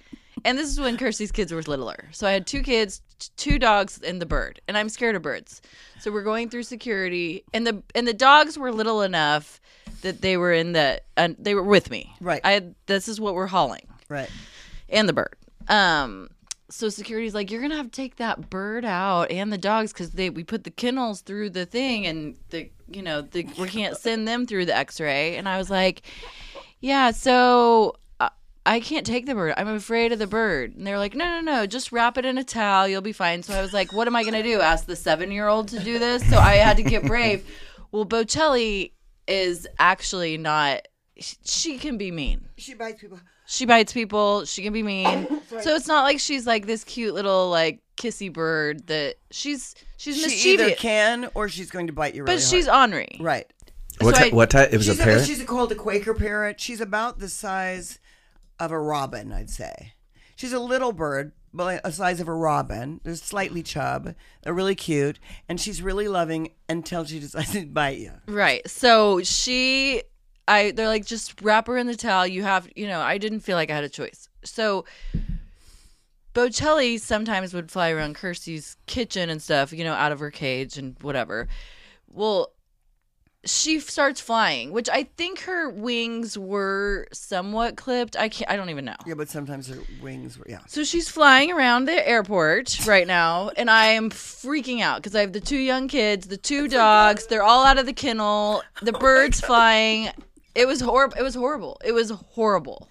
S4: And this is when Kirsty's kids were littler. So I had two kids, t- two dogs, and the bird. And I'm scared of birds. So we're going through security, and the and the dogs were little enough that they were in the uh, they were with me.
S2: Right.
S4: I had, this is what we're hauling
S2: Right.
S4: and the bird. Um, so security's like, you're gonna have to take that bird out and the dogs because they we put the kennels through the thing and the you know the, we can't send them through the X-ray. And I was like, yeah, so. I- I can't take the bird. I'm afraid of the bird. And they're like, no, no, no, just wrap it in a towel. You'll be fine. So I was like, what am I going to do? Ask the seven year old to do this? So I had to get brave. Well, Bocelli is actually not, she, she can be mean.
S2: She bites people.
S4: She bites people. She can be mean. so it's not like she's like this cute little like kissy bird that she's she's
S2: She either
S4: mischievous,
S2: can or she's going to bite you. Really
S4: but she's
S2: hard.
S4: ornery.
S2: right.
S3: What,
S4: So
S3: ti-
S4: I-
S3: what type? It was
S2: she's
S3: a parrot.
S2: she's called a Quaker parrot. She's about the size of a robin, I'd say. She's a little bird, but like the size of a robin. They're slightly chub. They're really cute, and she's really loving until she decides to bite you.
S4: Right. So she I they're like just wrap her in the towel. You have, you know, I didn't feel like I had a choice. So Bocelli sometimes would fly around Kirsty's kitchen and stuff, you know, out of her cage and whatever. Well, she f- starts flying, which I think her wings were somewhat clipped. I can't, I don't even know.
S2: Yeah, but sometimes her wings were yeah.
S4: So she's flying around the airport right now, and I am freaking out because I have the two young kids, the two dogs. They're all out of the kennel. The birds flying. It was horrible. It was horrible. It was horrible.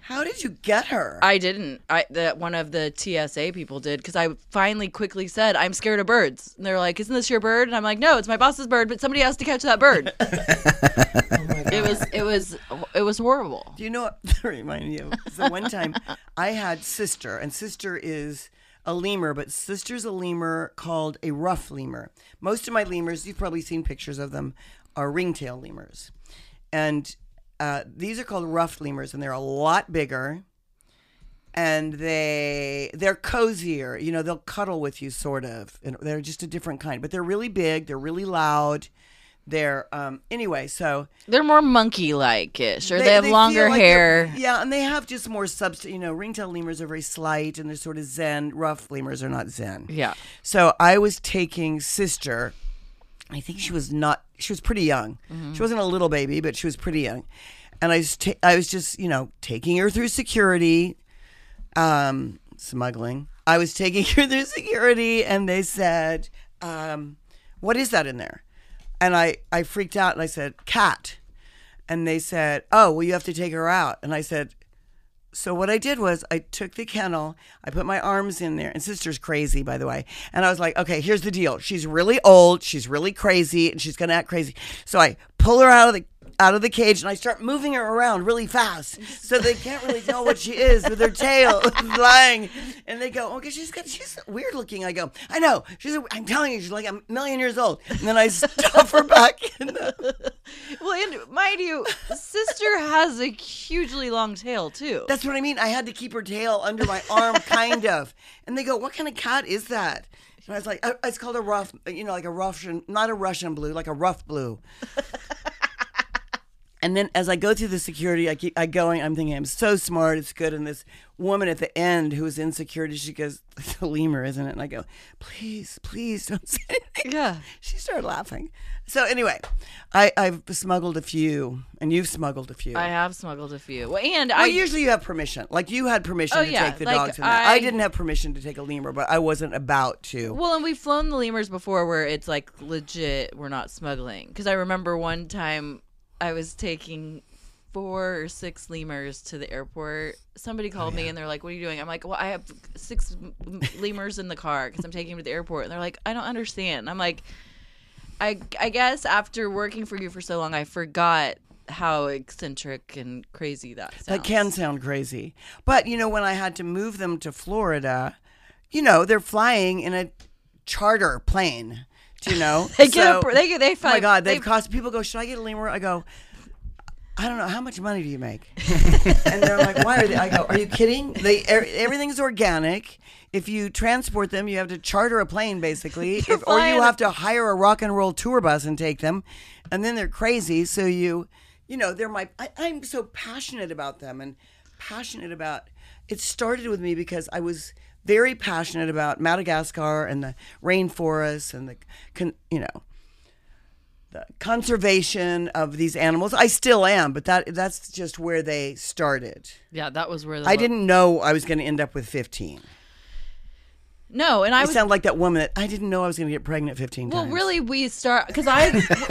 S2: How did you get her?
S4: I didn't. I that one of the TSA people did because I finally quickly said I'm scared of birds, and they're like, "Isn't this your bird?" And I'm like, "No, it's my boss's bird, but somebody has to catch that bird." it was. It was. It was horrible.
S2: Do you know what that reminded me of? So one time I had sister, and sister is a lemur, but sister's a lemur called a rough lemur. Most of my lemurs, you've probably seen pictures of them, are ringtail lemurs. And uh, these are called rough lemurs, and they're a lot bigger. And they they're cozier, you know. They'll cuddle with you, sort of. And they're just a different kind, but they're really big. They're really loud. They're um, anyway. So
S4: They're more monkey-like ish, or they, have longer
S2: feel like
S4: hair.
S2: they're- yeah, and they have just more substance. You know, ringtail lemurs are very slight and they're sort of zen. Rough lemurs are not zen.
S4: Yeah.
S2: So I was taking sister. I think she was not. She was pretty young. She wasn't a little baby, but she was pretty young. And I was, ta- I was just, you know, taking her through security, um, smuggling. I was taking her through security, and they said, um, "What is that in there?" And I, I freaked out, and I said, "Cat." And they said, "Oh, well, you have to take her out." And I said, so what I did was I took the kennel, I put my arms in there, and sister's crazy, by the way. And I was like, okay, here's the deal. She's really old, she's really crazy, and she's gonna act crazy. So I pull her out of the out of the cage and I start moving her around really fast. So they can't really tell what she is with her tail flying. And they go, Okay, she's got she's weird looking. I go, I know. She's a, I'm telling you, she's like a million years old. And then I stuff her back in the
S4: Well, and mind you, sister has a hugely long tail too.
S2: That's what I mean. I had to keep her tail under my arm, kind of. And they go, "What kind of cat is that?" And I was like, "Oh, "It's called a rough, you know, like a Russian, not a Russian blue, like a rough blue." and then as I go through the security, I keep I going. I'm thinking, "I'm so smart. It's good." And this woman at the end who was in security, she goes, "It's a lemur, isn't it?" And I go, "Please, please don't say anything."
S4: yeah.
S2: She started laughing. So anyway, I, I've smuggled a few, and you've smuggled a few.
S4: I have smuggled a few. Well, and I
S2: Well, usually you have permission. Like you had permission
S4: Oh,
S2: to
S4: yeah,
S2: take the
S4: like,
S2: dogs. And that. I,
S4: I-
S2: didn't have permission to take a lemur, but I wasn't about to.
S4: well, and we've flown the lemurs before where it's like legit we're not smuggling because I remember one time I was taking four or six lemurs to the airport. Somebody called me and they're like, "What are you doing?" I'm like, "Well, I have six m- lemurs in the car because I'm taking them to the airport." And they're like, "I don't understand." And I'm like. I, I guess after working for you for so long, I forgot how eccentric and crazy that sounds.
S2: that can sound crazy, but you know when I had to move them to Florida, you know they're flying in a charter plane. do You know
S4: They get a- they get- they
S2: Oh my
S4: fly-
S2: god,
S4: they-
S2: they've cost people go. Should I get a lemur? I go. I don't know how much money do you make, and they're like, "Why are they?" I go, "Are you kidding? They er, everything's organic. If you transport them, you have to charter a plane, basically, if, or you
S4: flying-
S2: have to hire a rock and roll tour bus and take them, and then they're crazy. So you, you know, they're my. I, I'm so passionate about them and passionate about. It started with me because I was very passionate about Madagascar and the rainforests and the, con, you know, the conservation of these animals. I still am, but that that's just where they started.
S4: Yeah, that was where the
S2: I
S4: lo-
S2: didn't know I was going to end up with 15.
S4: No, and I
S2: I
S4: was
S2: sound like that woman that I didn't know I was going to get pregnant 15
S4: well.
S2: times.
S4: Really, we start because I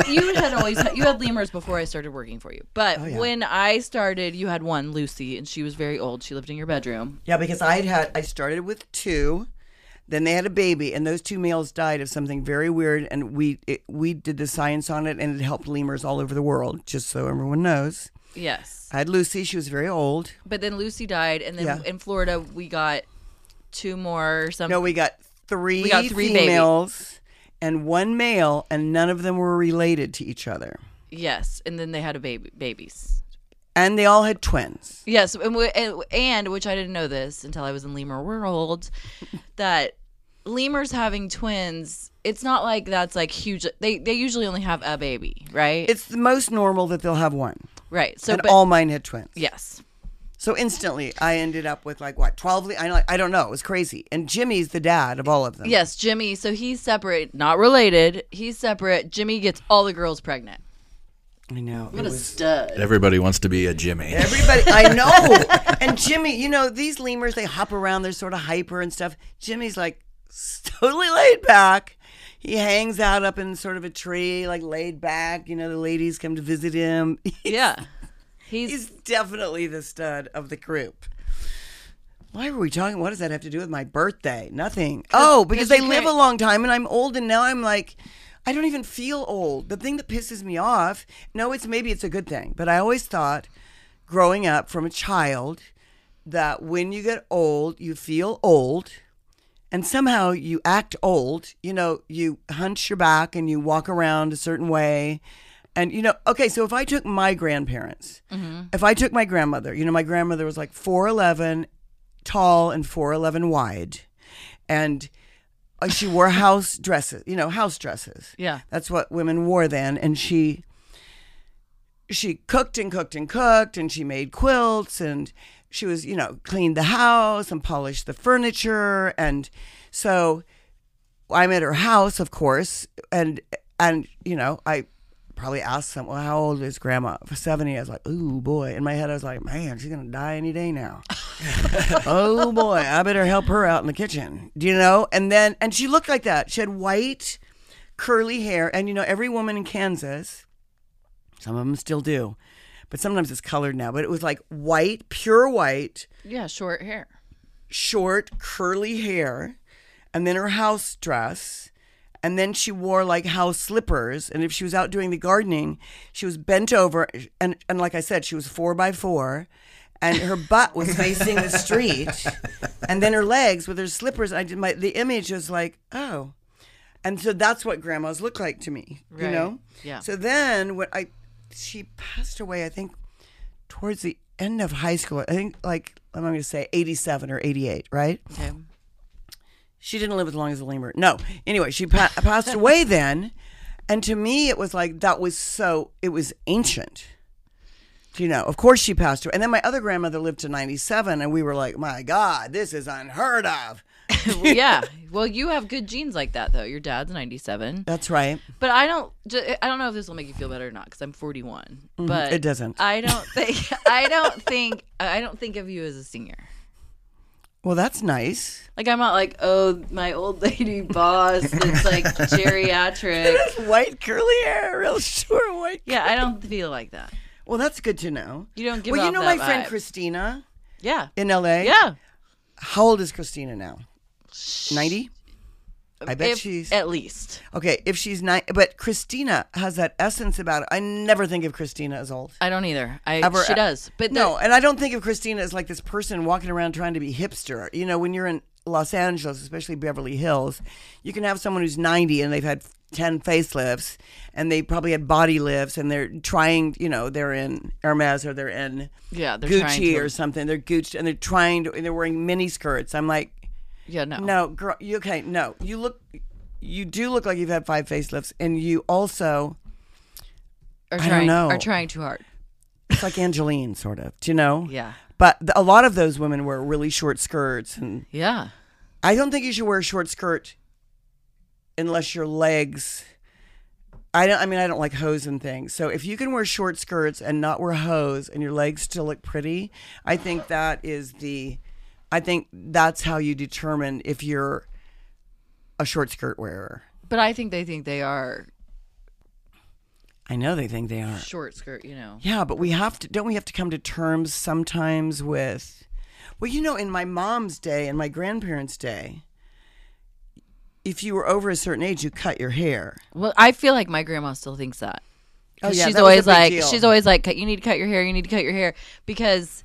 S4: you had always you had lemurs before I started working for you, but
S2: Oh,
S4: when I started, you had one Lucy, and she was very old. She lived in your bedroom.
S2: Yeah, because I would had I started with two, then they had a baby, and those two males died of something very weird. And we it, we did the science on it, and it helped lemurs all over the world. Just so everyone knows,
S4: Yes,
S2: I had Lucy. She was very old.
S4: but then Lucy died, and then
S2: Yeah.
S4: in Florida we got two more or something.
S2: No, we got three,
S4: We got three baby.
S2: females and one male, and none of them were related to each other.
S4: Yes, and then they had a baby, babies.
S2: And they all had twins.
S4: Yes, and, we, and, and which I didn't know this until I was in Lemur World, that lemurs having twins. It's not like that's like huge. They they usually only have a baby, right?
S2: It's the most normal that they'll have one.
S4: right. So,
S2: and
S4: but,
S2: all mine had twins.
S4: yes,
S2: So instantly, I ended up with like what twelve? Le- I don't- I don't know. It was crazy. And Jimmy's the dad of all of them.
S4: yes, Jimmy. So he's separate, not related. He's separate. Jimmy gets all the girls pregnant.
S2: I know.
S4: What a stud!
S3: Everybody wants to be a Jimmy.
S2: Everybody, I know. And Jimmy, you know, these lemurs, they hop around, they're sort of hyper and stuff. Jimmy's like totally laid back. He hangs out up in sort of a tree, like laid back. You know, the ladies come to visit him.
S4: Yeah, he's,
S2: He's definitely the stud of the group. Why were we talking? What does that have to do with my birthday? Nothing. Oh, because
S4: 'cause
S2: they
S4: you
S2: live a
S4: can't-
S2: long time and I'm old and now I'm like, I don't even feel old. The thing that pisses me off, no, it's maybe it's a good thing, but I always thought growing up from a child that when you get old, you feel old and somehow you act old. You know, you hunch your back and you walk around a certain way. And, you know, okay, so if I took my grandparents,
S4: Mm-hmm.
S2: if I took my grandmother, you know, my grandmother was like 4'11 tall and 4'11 wide. And uh, she wore house dresses, you know, house dresses.
S4: yeah.
S2: That's what women wore then. And she she cooked and cooked and cooked and she made quilts and she was, you know, cleaned the house and polished the furniture and so I'm at her house, of course, and and you know, I probably asked them, Well, how old is grandma? Seventy. I was like, Ooh boy. In my head I was like, Man, she's gonna die any day now oh boy, I better help her out in the kitchen. Do you know? And then, and she looked like that. She had white, curly hair. And you know, every woman in Kansas, some of them still do, but sometimes it's colored now, but it was like white, pure white,
S4: Yeah, short hair.
S2: short, curly hair. And then her house dress. And then she wore like house slippers. And if she was out doing the gardening, she was bent over. And, and like I said, she was four by four. And her butt was facing the street. And then her legs with her slippers. I did my, the image was like, oh. And so that's what grandmas look like to me, you
S4: Right.
S2: know?
S4: Yeah.
S2: So then when I, she passed away, I think towards the end of high school, I think like, I'm going to say 87 or 88, right?
S4: Okay.
S2: She didn't live as long as a lemur. No. Anyway, she pa- passed away then. And to me, it was like, that was so, it was ancient. You know, of course she passed away. And then my other grandmother lived to 97, and we were like, my God, this is unheard of.
S4: Well, yeah. Well, you have good genes like that though. Your dad's 97.
S2: That's right.
S4: But I don't. ju- I don't know if this will make you feel better or not because I'm 41. But
S2: Mm-hmm. It doesn't.
S4: I don't think. I don't think. I don't think of you as a senior.
S2: Well, that's nice.
S4: Like I'm not like oh my old lady boss that's like geriatric.
S2: White curly hair, real short white.
S4: Yeah, I don't feel like that.
S2: Well, that's good to know.
S4: You don't give
S2: Well, you
S4: off
S2: know
S4: that
S2: my friend
S4: vibe.
S2: Christina
S4: Yeah.
S2: in LA?
S4: Yeah.
S2: How old is Christina now? 90? I bet
S4: If-
S2: she's.
S4: at least.
S2: Okay, if she's nine, but Christina has that essence about it. I never think of Christina as old.
S4: I don't either. I
S2: Ever-
S4: she does, but Uh, the-
S2: No, and I don't think of Christina as like this person walking around trying to be hipster. You know, when you're in Los Angeles, especially Beverly Hills, you can have someone who's 90 and they've had 10 facelifts and they probably had body lifts and they're trying, you know, they're in Hermes or they're in
S4: yeah, they're trying
S2: Gucci
S4: to,
S2: or something. They're Gucci and they're trying to, and they're wearing mini skirts. I'm like,
S4: yeah, no,
S2: no, girl, you okay? No, you look, you do look like you've had five facelifts, and you also
S4: are
S2: don't
S4: trying,
S2: know.
S4: are trying too hard.
S2: it's like Angeline, sort of. Do you know?
S4: Yeah,
S2: But th- a lot of those women wear really short skirts, and
S4: yeah,
S2: I don't think you should wear a short skirt unless your legs. I don't. I mean, I don't like hose and things. So if you can wear short skirts and not wear hose, and your legs still look pretty, I think that is the. I think that's how you determine if you're a short skirt wearer.
S4: but I think they think they are
S2: I know they think they are.
S4: short skirt. You know,
S2: Yeah, but we have to, don't we have to come to terms sometimes with, well, you know, in my mom's day and my grandparents' day, if you were over a certain age, you cut your hair.
S4: Well, I feel like my grandma still thinks that.
S2: Oh,
S4: 'Cause
S2: yeah,
S4: she's
S2: that was a
S4: always
S2: big
S4: like
S2: deal.
S4: she's always like "Cut- you need to cut your hair, you need to cut your hair because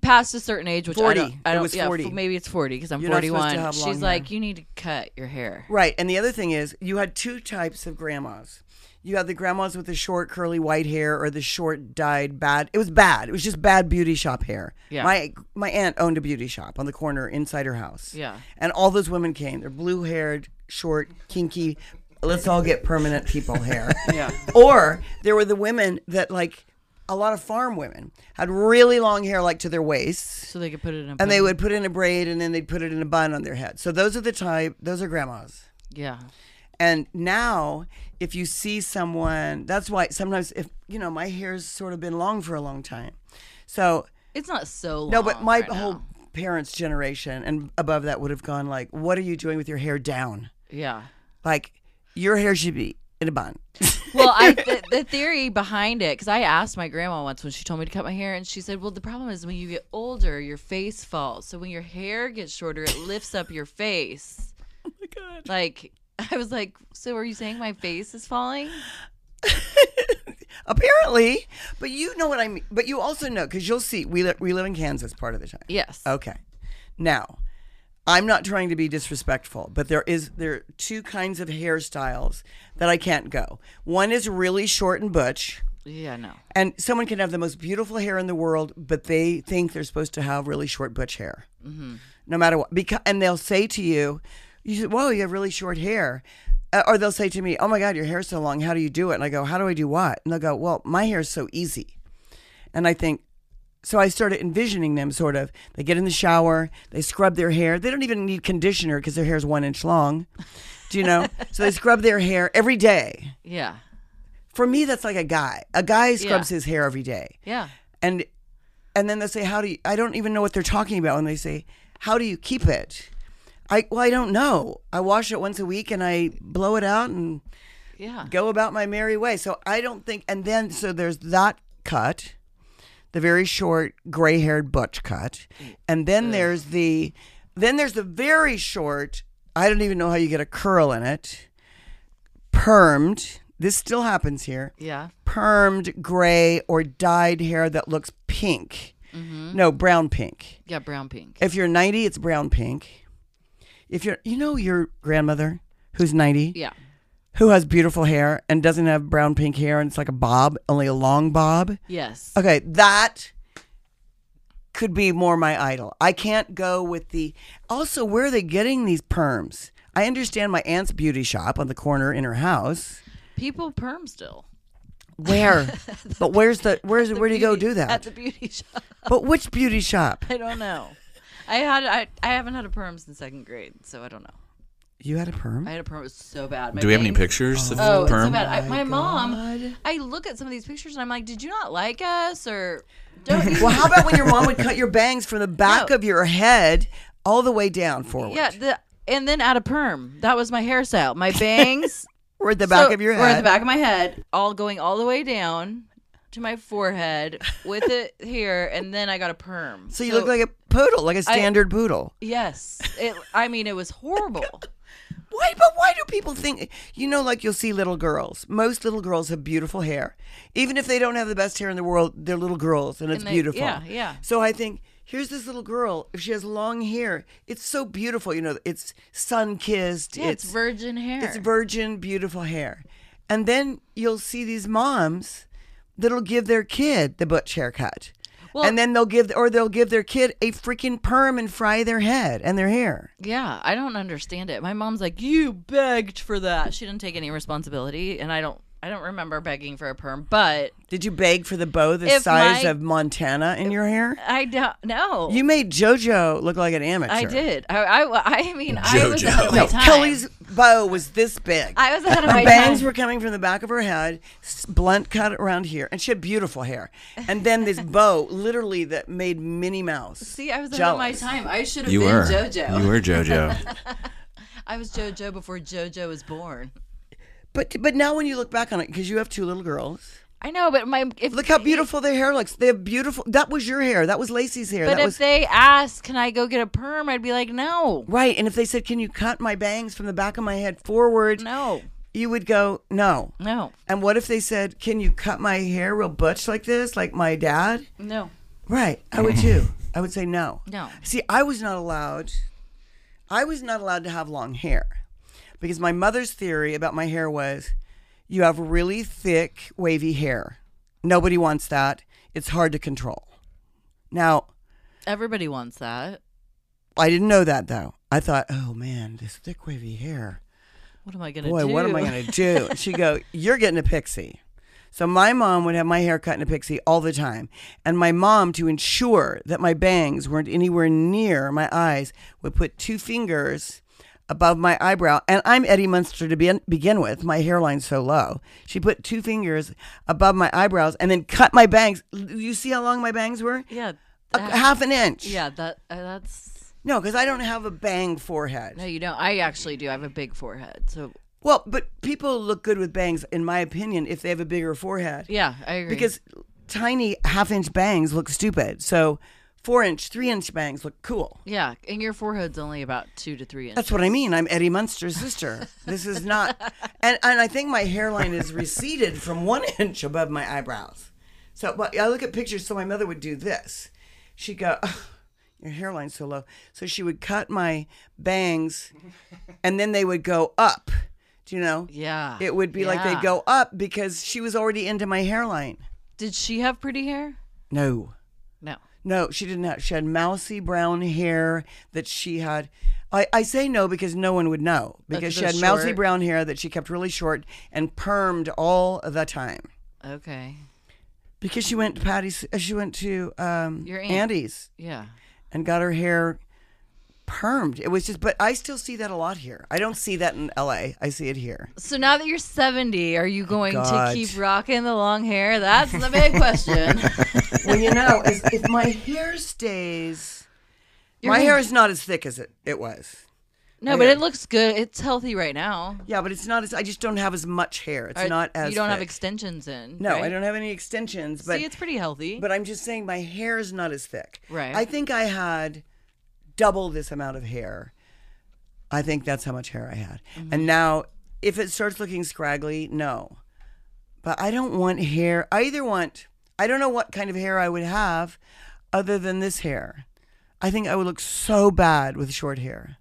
S4: past a certain age, which I
S2: 40.
S4: don't, I
S2: It
S4: don't
S2: was
S4: yeah,
S2: 40.
S4: f- maybe it's forty because I'm
S2: You're not supposed to
S4: 41.
S2: have
S4: She's
S2: long hair.
S4: like, you need to cut your hair.
S2: Right. And the other thing is, you had two types of grandmas. You had the grandmas with the short, curly white hair, or the short, dyed, bad. It was bad. It was just bad beauty shop hair.
S4: Yeah.
S2: My my aunt owned a beauty shop on the corner inside her house.
S4: Yeah.
S2: And all those women came. They're blue haired, short, kinky. Let's all get permanent people hair.
S4: Yeah.
S2: Or there were the women that like a lot of farm women had really long hair, like to their waists
S4: So they could put it in. A
S2: and they
S4: bun.
S2: would put it in a braid and then they'd put it in a bun on their head. So those are the type, those are grandmas.
S4: Yeah.
S2: And now if you see someone, that's why sometimes if, you know, my hair's sort of been long for a long time. So,
S4: It's not so long.
S2: no, but my
S4: right now.
S2: whole parents' generation and above that would have gone like, what are you doing with your hair down?
S4: Yeah.
S2: Like, your hair should be in a bun.
S4: Well, I th- the theory behind it because I asked my grandma once when she told me to cut my hair, and she said, "Well, the problem is when you get older, your face falls. So when your hair gets shorter, it lifts up your face." Oh my god! Like I was like, "So are you saying my face is falling?"
S2: Apparently, but you know what I mean. But you also know because you'll see we li- we live in Kansas part of the time.
S4: Yes.
S2: Okay. Now, I'm not trying to be disrespectful, but there is there are two kinds of hairstyles that I can't go. One is really short and butch,
S4: Yeah. No.
S2: and someone can have the most beautiful hair in the world, but they think they're supposed to have really short butch hair, no matter what. Because and they'll say to you, "You said, whoa, you have really short hair." Uh, or they'll say to me, "Oh my God, your hair's so long. How do you do it?" And I go, "How do I do what?" And they'll go, "Well, my hair's so easy." And I think, so I started envisioning them sort of. They get in the shower, they scrub their hair. They don't even need conditioner because their hair's one inch long. Do you know? so they scrub their hair every day.
S4: Yeah.
S2: For me, that's like a guy. A guy scrubs
S4: Yeah.
S2: his hair every day,
S4: Yeah.
S2: and and then they'll say, "How do you?" I don't even know what they're talking about when they say, "How do you keep it?" I well, I don't know. I wash it once a week and I blow it out and
S4: Yeah.
S2: go about my merry way. So I don't think, and then so there's that cut, the very short gray haired butch cut, and then there's the, then there's the very short. I don't even know how you get a curl in it. Permed. This still happens here.
S4: Yeah.
S2: Permed gray or dyed hair that looks pink.
S4: Mm-hmm.
S2: No, brown pink.
S4: Yeah. Brown pink.
S2: If you're 90, it's brown pink. If you're, you know, your grandmother who's 90
S4: Yeah.
S2: who has beautiful hair and doesn't have brown pink hair and it's like a bob, only a long bob.
S4: Yes.
S2: Okay, that could be more my idol. I can't go with the. Also, where are they getting these perms? I understand my aunt's beauty shop on the corner in her house.
S4: People perm still.
S2: Where? but where's the where's the, where do you go
S4: Beauty-
S2: do that?
S4: at the beauty shop?
S2: but which beauty shop?
S4: I don't know. I had I, I haven't had a perm since second grade, so I don't know.
S2: You had a perm?
S4: I had a perm. It was so bad. My
S3: Do we have any
S4: bangs-
S3: pictures of
S4: Oh,
S3: the
S4: it's so
S3: perm?
S4: bad. I, my mom, I look at some of these pictures and I'm like, did you not like us or don't you?
S2: well, how about when your mom would cut your bangs from the back
S4: No.
S2: of your head all the way down forward?
S4: yeah, the, and then add a perm. That was my hairstyle. My bangs
S2: Or at the back
S4: so-
S2: of your head.
S4: were at the back of my head, all going all the way down to my forehead with it here, and then I got a perm.
S2: So you look like a poodle, like a standard poodle.
S4: yes. It, I mean, it was horrible.
S2: Why? But why do people think? You know, like you'll see little girls. Most little girls have beautiful hair, even if they don't have the best hair in the world. They're little girls, and it's
S4: they-
S2: beautiful.
S4: yeah, yeah.
S2: So I think here's this little girl. If she has long hair, it's so beautiful. You know, it's sun kissed.
S4: Yeah, it's, virgin hair.
S2: It's virgin, beautiful hair. And then you'll see these moms that'll give their kid the butch haircut.
S4: Well-
S2: and then they'll give, or they'll give their kid a freaking perm and fry their head and their hair.
S4: Yeah, I don't understand it. My mom's like, "You begged for that." She didn't take any responsibility, and I don't I don't remember begging for a perm, but
S2: Did you beg for the bow the
S4: If
S2: size
S4: my-
S2: of Montana in your hair?
S4: I don't know.
S2: You made JoJo look like an amateur.
S4: I did. I I, I mean, I was ahead of
S3: Jojo.
S4: my
S3: No,
S4: time.
S2: Kelly's bow was this big.
S4: I was ahead of my
S2: her bangs
S4: time.
S2: were coming from the back of her head, s- blunt cut around here, and she had beautiful hair. And then this bow, literally, that made Minnie Mouse.
S4: See, I was ahead
S2: jealous.
S4: of my time. I should have
S3: You
S4: been
S3: were
S4: JoJo.
S3: You were JoJo.
S4: I was JoJo before JoJo was born.
S2: But but now when you look back on it, because you have two little girls,
S4: I know, but my if
S2: look how beautiful their hair looks. They have beautiful. That was your hair. That was Lacey's hair.
S4: But
S2: that
S4: if
S2: was
S4: they asked, "Can I go get a perm?" I'd be like, "No,
S2: right. And if they said, "Can you cut my bangs from the back of my head forward?"
S4: no,
S2: you would go no.
S4: no,
S2: And what if they said, "Can you cut my hair real butch like this, like my dad?"
S4: no."
S2: Right, I would too. I would say no.
S4: No.
S2: See, I was not allowed. I was not allowed to have long hair because my mother's theory about my hair was you have really thick, wavy hair. Nobody wants that. It's hard to control. Now,
S4: Everybody wants that.
S2: I didn't know that though. I thought, oh man, this thick, wavy hair.
S4: What am I gonna
S2: Boy,
S4: do?
S2: what am I going to do? And She'd go, You're getting a pixie. So my mom would have my hair cut in a pixie all the time. And my mom, to ensure that my bangs weren't anywhere near my eyes, would put two fingers above my eyebrow. And I'm Eddie Munster to be- begin with. My hairline's so low. She put two fingers above my eyebrows and then cut my bangs. You see how long my bangs were?
S4: Yeah.
S2: A,
S4: that-
S2: half an inch.
S4: Yeah. That. Uh, that's.
S2: No, because I don't have a bang forehead.
S4: No, you don't. I actually do. I have a big forehead. So
S2: Well, but people look good with bangs, in my opinion, if they have a bigger forehead.
S4: yeah, I agree.
S2: Because tiny half inch bangs look stupid. So four inch, three inch bangs look cool.
S4: yeah, and your forehead's only about two to three inches.
S2: That's what I mean. I'm Eddie Munster's sister. This is not, and, and I think my hairline is receded from one inch above my eyebrows. So but I look at pictures. So my mother would do this. She'd go, "Oh, "Your hairline's so low." So she would cut my bangs, and then they would go up. Do you know?
S4: Yeah.
S2: It would be like
S4: Yeah.
S2: they'd go up because she was already into my hairline.
S4: Did she have pretty hair?
S2: No.
S4: No.
S2: No, she didn't have. She had mousy brown hair that she had. I, I say no because no one would know because she
S4: the
S2: had mousy
S4: short-
S2: brown hair that she kept really short and permed all the time
S4: Okay.
S2: because she went to Patty's. uh, She went to um,
S4: Your aunt.
S2: Andy's
S4: Yeah.
S2: and got her hair permed. It was just, but I still see that a lot here. I don't see that in L.A. I see it here.
S4: So now that you're 70, are you going to
S2: God.
S4: keep rocking the long hair? That's the big question.
S2: Well, you know, if, if my hair stays, my
S4: gonna-
S2: hair is not as thick as it, it was.
S4: no, but it looks good. It's healthy right now.
S2: Yeah, but it's not as. I just don't have as much hair. It's
S4: Are-
S2: not as.
S4: You don't have
S2: thick.
S4: extensions in.
S2: No, I
S4: right?
S2: don't have any extensions, but
S4: See, it's pretty healthy.
S2: but I'm just saying my hair is not as thick.
S4: Right.
S2: I think I had double this amount of hair. I think that's how much hair I had.
S4: Mm-hmm.
S2: And now if it starts looking scraggly, no. But I don't want hair. I either want I don't know what kind of hair I would have other than this hair. I think I would look so bad with short hair.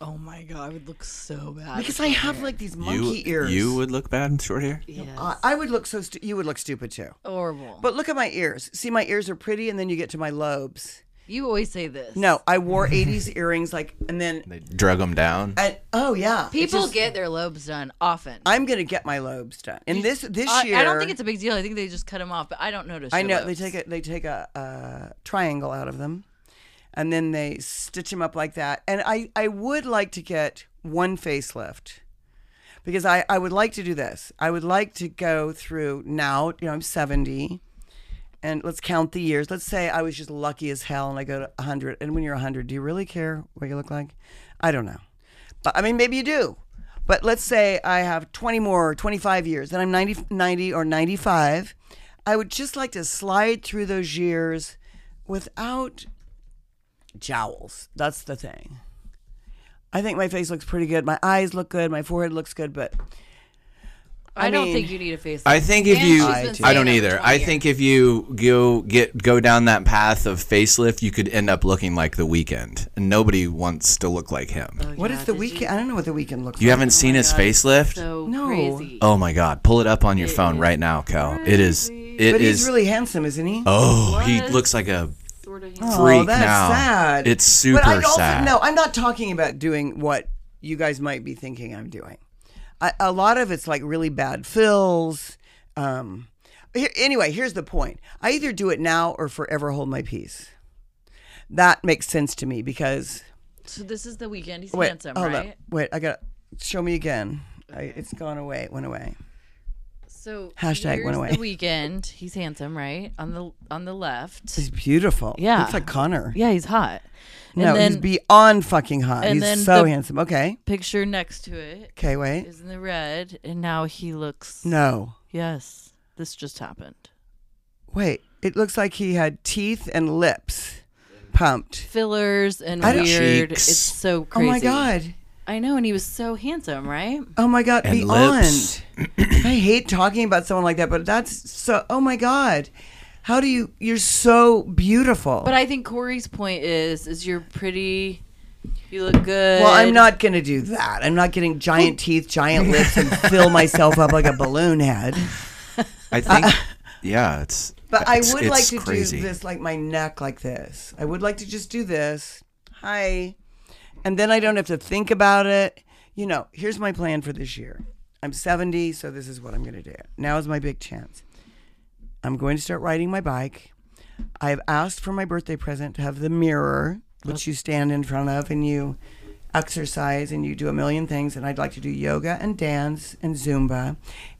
S4: oh my god, it would look so bad.
S2: Because I have like these monkey
S5: You,
S2: ears.
S5: you would look bad in short hair.
S4: Yes.
S2: I, I would look so stu- you would look stupid too.
S4: horrible.
S2: But look at my ears. See, my ears are pretty, and then you get to my lobes.
S4: you always say this.
S2: No, I wore 80s earrings, like, and then,
S3: They drug them down.
S2: and, oh, yeah. It's
S4: People
S2: just-
S4: get their lobes done often.
S2: I'm going to get my lobes done. And this, this
S4: I-
S2: year.
S4: I don't think it's a big deal. I think they just cut them off, but I don't notice.
S2: I
S4: your
S2: know
S4: lobes.
S2: they take a they take a, uh triangle out of them, and then they stitch them up like that. And I I would like to get one facelift, because I I would like to do this. I would like to go through now. You know I'm seventy, and let's count the years. Let's say I was just lucky as hell and I go to hundred. And when you're hundred, do you really care what you look like? I don't know, but I mean maybe you do. But let's say I have 20 more, or 25 years, then I'm 90, 90 or 95. I would just like to slide through those years without jowls. That's the thing. I think my face looks pretty good. My eyes look good. My forehead looks good, but
S4: I, don't
S2: mean-
S4: think you need a face.
S3: I think if
S4: And
S3: you,
S4: she's been
S3: I,
S4: saying
S3: don't
S4: that for
S3: either.
S4: 20
S3: I
S4: years.
S3: think if you go get go down that path of facelift, you could end up looking like The Weekend, and nobody wants to look like him.
S2: what is the weekend? I don't know what the weekend looks
S3: you
S2: like.
S3: haven't seen his facelift?
S4: Oh so
S2: No.
S4: crazy.
S3: oh my God! Pull it up on your phone right now, Cal. It is. It is.
S2: But he's really handsome, isn't he?
S3: oh, he
S4: What?
S3: looks like a
S4: Sort of.
S2: Oh,
S3: freak
S2: that's
S3: now.
S2: sad.
S3: It's super
S2: but I also,
S3: sad.
S2: No, I'm not talking about doing what you guys might be thinking I'm doing. I, a lot of it's like really bad fills. Um, here, anyway, here's the point: I either do it now or forever hold my peace. That makes sense to me because
S4: So this is the weekend. He's
S2: wait,
S4: handsome,
S2: hold
S4: right?
S2: up, wait, I got show me again. I, it's gone away. It went away.
S4: So
S2: Hashtag
S4: here's
S2: went away.
S4: The weekend. He's handsome, right? On the on the left.
S2: He's beautiful.
S4: Yeah.
S2: looks like Connor.
S4: Yeah, he's hot. And
S2: no,
S4: then
S2: he's beyond fucking hot.
S4: and
S2: He's
S4: then
S2: so
S4: the-
S2: handsome. Okay,
S4: picture next to it
S2: okay, wait.
S4: is in the red, and now he looks.
S2: No.
S4: Yes, this just happened.
S2: Wait, it looks like he had teeth and lips pumped.
S4: Fillers and
S2: I don't-
S4: weird.
S3: Cheeks.
S4: It's so crazy.
S2: Oh my god.
S4: I know, and he was so handsome, right?
S2: Oh my god,
S3: And
S2: beyond.
S3: lips.
S2: I hate talking about someone like that, but that's so oh my god. How do you? You're so beautiful.
S4: But I think Corey's point is, is you're pretty, you look good.
S2: well, I'm not going to do that. I'm not getting giant teeth, giant lips, and fill myself up like a balloon head.
S3: I think, yeah, it's.
S2: But I
S3: it's-
S2: would
S3: it's
S2: like to
S3: crazy.
S2: do this, like my neck, like this. I would like to just do this. Hi. And then I don't have to think about it. You know, here's my plan for this year I'm 70, so this is what I'm going to do. Now is my big chance. I'm going to start riding my bike. I've asked for my birthday present to have the mirror, which you stand in front of and you exercise and you do a million things. And I'd like to do yoga and dance and Zumba.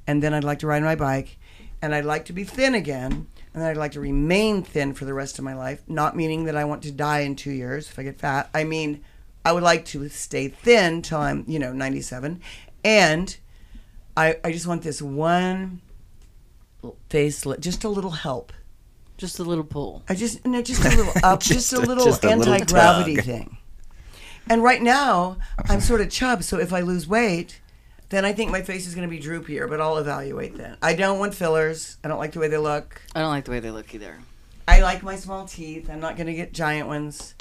S2: And then I'd like to ride my bike. And I'd like to be thin again. And then I'd like to remain thin for the rest of my life. Not meaning that I want to die in two years if I get fat. I mean, I would like to stay thin till I'm, you know, 97. And I, I just want this one facelift, just a little help.
S4: just a little pull.
S2: I just no, just a little up, just,
S3: Just
S2: a
S3: a-
S2: little
S3: just a little
S2: anti gravity
S3: tug.
S2: thing. And right now, I'm sort of chub, so if I lose weight, then I think my face is going to be droopier. But I'll evaluate then. I don't want fillers. I don't like the way they look.
S4: I don't like the way they look either.
S2: I like my small teeth. I'm not going to get giant ones.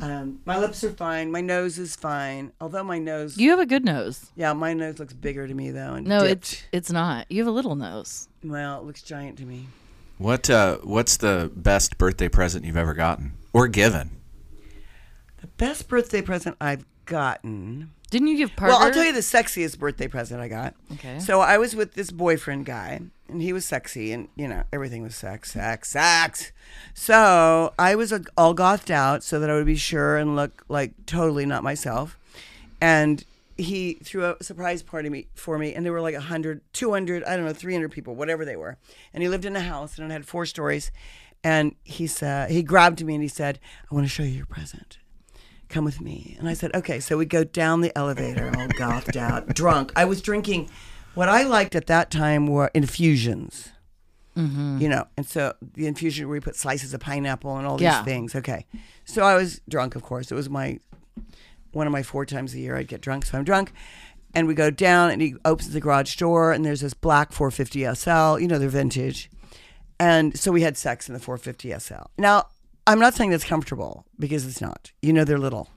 S2: Um, my lips are fine. My nose is fine. Although my nose,
S4: You have a good nose.
S2: yeah, my nose looks bigger to me though. And
S4: No,
S2: dipped.
S4: it's it's not. You have a little nose.
S2: well, it looks giant to me.
S3: What uh, what's the best birthday present you've ever gotten or given?
S2: The best birthday present I've gotten.
S4: Didn't you give Parker?
S2: Well, I'll tell you the sexiest birthday present I got.
S4: Okay.
S2: So I was with this boyfriend guy, and he was sexy, and you know everything was sex, sex, sex. So I was uh, all gothed out so that I would be sure and look like totally not myself. And he threw a surprise party me, for me, and there were like 100, 200, I don't know, 300 people, whatever they were. And he lived in a house, and it had four stories. And he said, he grabbed me and he said, "I want to show you your present." come with me. And I said, okay. So we go down the elevator, all gothed out, drunk. I was drinking. What I liked at that time were infusions, you know, and so the infusion where you put slices of pineapple and all these
S4: Yeah.
S2: things. Okay. So I was drunk, of course. It was my one of my four times a year I'd get drunk, so I'm drunk. And we go down, and he opens the garage door, and there's this black 450 SL. You know, they're vintage. And so we had sex in the 450 SL. Now, I'm not saying that's comfortable because it's not. You know, they're little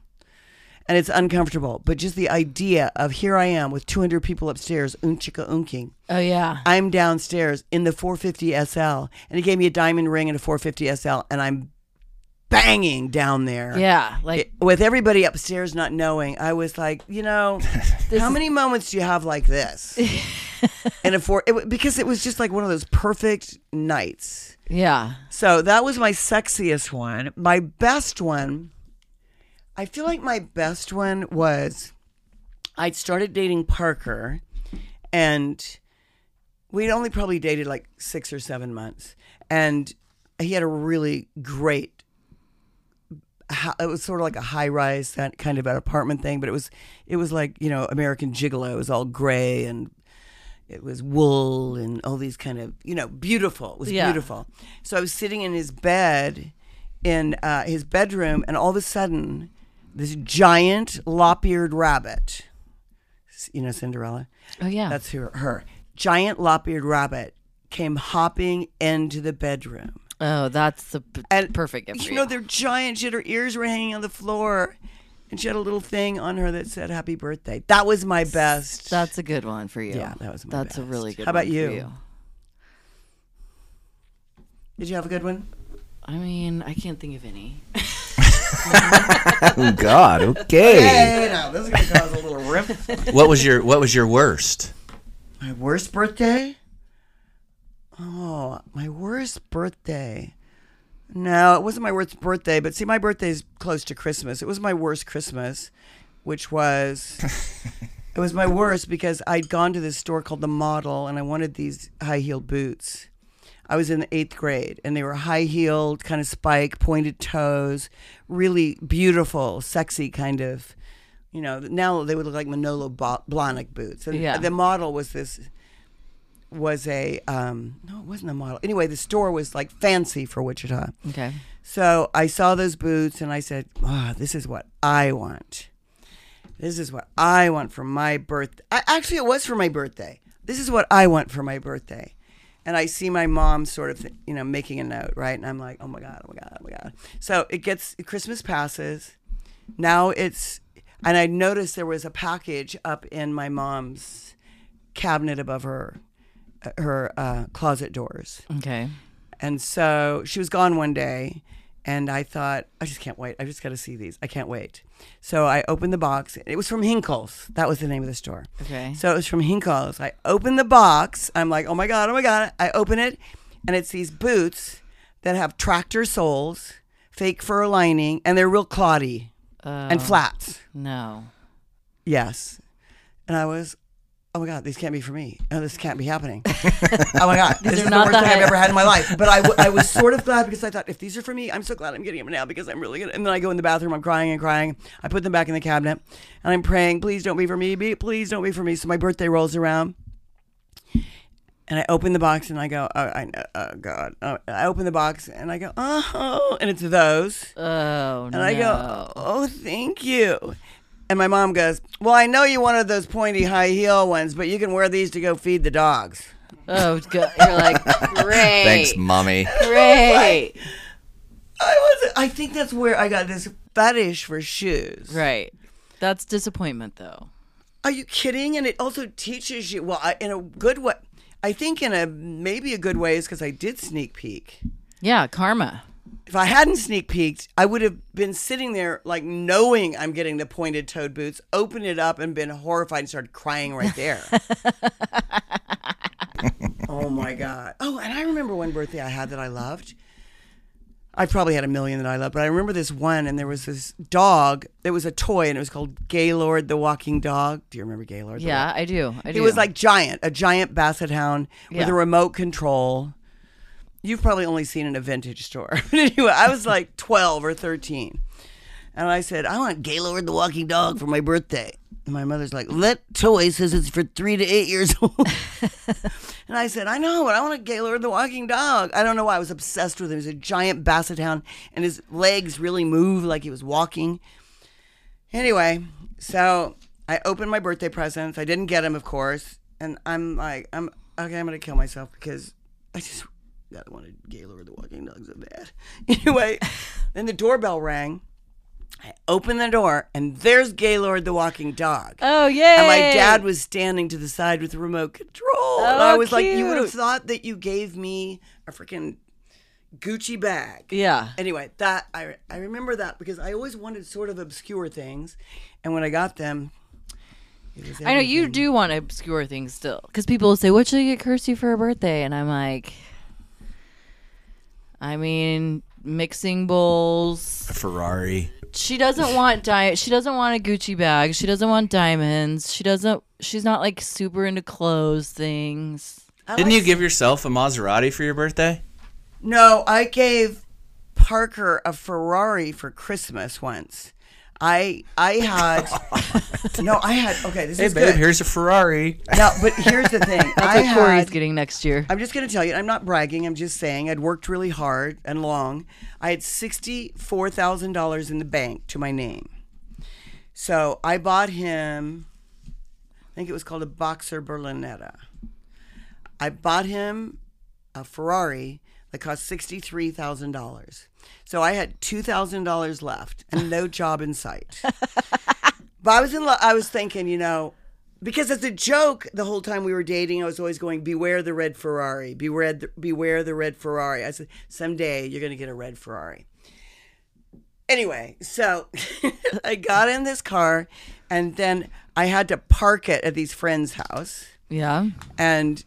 S2: and it's uncomfortable, but just the idea of here I am with 200 people upstairs, un chica unking.
S4: oh yeah.
S2: I'm downstairs in the 450 SL, and he gave me a diamond ring and a 450 SL, and I'm banging down there.
S4: yeah, like
S2: It- With everybody upstairs not knowing, I was like, you know, how many moments do you have like this? and a four, it, wa- because it was just like one of those perfect nights.
S4: yeah.
S2: So that was my sexiest one. My best one, I feel like my best one was I started dating Parker and we'd only probably dated like six or seven months. And he had a really great, ho- it was sort of like a high rise, that kind of an apartment thing, but it was, it was like, you know, American Gigolo. It was all gray and it was wool and all these kind of you know beautiful it was
S4: Yeah.
S2: beautiful so i was sitting in his bed in uh, his bedroom and all of a sudden this giant lop-eared rabbit s- you know cinderella
S4: Oh yeah.
S2: that's her, her giant lop-eared rabbit came hopping into the bedroom
S4: oh, that's the p-
S2: and
S4: perfect gift. for
S2: You know, they're giant. She had her ears were hanging on the floor, and she had a little thing on her that said "Happy Birthday." That was my best.
S4: That's a good one for you.
S2: Yeah, that was my
S4: That's a
S2: best.
S4: really good.
S2: How about
S4: one for
S2: you? Did you have a good one?
S4: I mean, I can't think of any.
S3: Oh God, okay.
S2: Hey, now this is gonna cause a little riff.
S3: what was your What was your worst?
S2: My worst birthday? Oh, my worst birthday. No, it wasn't my worst birthday, but see, my birthday's close to Christmas. It was my worst Christmas, which was. it was my worst because I'd gone to this store called The Model and I wanted these high heeled boots. I was in the eighth grade and they were high heeled, kind of spike, pointed toes, really beautiful, sexy kind of. You know, now they would look like Manolo Bo- Blahnik boots. And
S4: Yeah.
S2: the model was this was a um, no, it wasn't a model. Anyway, the store was like fancy for Wichita.
S4: Okay.
S2: So I saw those boots and I said, oh, this is what I want. This is what I want for my birthday. Actually, it was for my birthday. This is what I want for my birthday. and I see my mom sort of, you know, making a note, right? And I'm like, oh my God, oh my God, oh my God. So it gets, Christmas passes. Now it's, and I noticed there was a package up in my mom's cabinet above her, her uh, closet doors.
S4: Okay.
S2: And so she was gone one day, and I thought, I just can't wait. I just got to see these. I can't wait. So I opened the box. It was from Hinkle's. That was the name of the store.
S4: Okay.
S2: So it was from Hinkle's. I opened the box. I'm like, oh my God, oh my God. I open it, and it's these boots that have tractor soles, fake fur lining, and they're real cloddy and flats.
S4: No.
S2: Yes. And I was, oh my God, these can't be for me. Oh, this can't be happening. oh my God, this
S4: are
S2: is the
S4: not
S2: worst
S4: the
S2: thing I've
S4: high-
S2: ever had in my life. But I, w- I was sort of glad because I thought, if these are for me, I'm so glad I'm getting them now because I'm really good. And then I go in the bathroom, I'm crying and crying. I put them back in the cabinet and I'm praying, please don't be for me. Be- Please don't be for me. So my birthday rolls around. And I open the box and I go, oh, I know, oh God. Oh, I open the box and I go, oh, and it's those.
S4: Oh no.
S2: And I go, oh, thank you. And my mom goes, well, I know you wanted those pointy high heel ones, but you can wear these to go feed the dogs.
S4: Oh, go- you're like great.
S3: Thanks, mommy.
S4: Great.
S2: I was, I think that's where I got this fetish for shoes.
S4: Right. That's disappointment, though.
S2: Are you kidding? And it also teaches you, well, I, in a good way, I think in a maybe a good way is because I did sneak peek.
S4: Yeah, karma.
S2: If I hadn't sneak peeked, I would have been sitting there like knowing I'm getting the pointed toed boots, opened it up and been horrified and started crying right there. oh my God. Oh, and I remember one birthday I had that I loved. I probably had a million that I loved, but I remember this one and there was this dog. It was a toy and it was called Gaylord the Walking Dog. Do you remember Gaylord? the
S4: Yeah, I do. I do.
S2: He was like giant, a giant basset hound with
S4: Yeah.
S2: a remote control. You've probably only seen in a vintage store. But anyway, I was like 12 or 13. And I said, I want Gaylord the Walking Dog for my birthday. And my mother's like, that toy says it's for three to eight years old. and I said, I know, but I want a Gaylord the Walking Dog. I don't know why I was obsessed with him. He was a giant basset hound, and his legs really moved like he was walking. Anyway, so I opened my birthday presents. I didn't get them, of course, and I'm like, I'm okay. I'm gonna kill myself because I just I wanted Gaylord the Walking Dog so bad. Anyway, then the doorbell rang. I opened the door, and there's Gaylord the Walking Dog.
S4: oh yay!
S2: And my dad was standing to the side with the remote control. and I
S4: Oh,
S2: was like, you would have
S4: cute.
S2: thought that you gave me a freaking Gucci bag
S4: Yeah.
S2: anyway, that I I remember that because I always wanted sort of obscure things, and when I got them, it was
S4: I know you do want to obscure things still, because people will say, "What should I get Kirsty for her birthday?" And I'm like, I mean, mixing bowls.
S3: Ferrari.
S4: She doesn't want diet. She doesn't want a Gucci bag. She doesn't want diamonds. She doesn't. She's not like super into clothes things.
S3: Didn't you give yourself a Maserati for your birthday?
S2: No, I gave Parker a Ferrari for Christmas once. I I had no, I had okay. This
S3: Hey,
S2: is
S3: babe,
S2: good.
S3: here's a Ferrari.
S2: No, but here's the thing. I
S4: That's what Corey's
S2: had
S4: getting next year.
S2: I'm just going to tell you, I'm not bragging. I'm just saying I'd worked really hard and long. I had $64,000 in the bank to my name. So I bought him, I think it was called a Boxer Berlinetta. I bought him a Ferrari that cost $63,000. So I had $2,000 left and no job in sight. But I was in love. I was thinking, you know, because as a joke, the whole time we were dating, I was always going, "Beware the red Ferrari. Beware, the, beware the red Ferrari." I said, "Someday you're going to get a red Ferrari." Anyway, so I got in this car, and then I had to park it at these friend's house
S4: yeah.
S2: and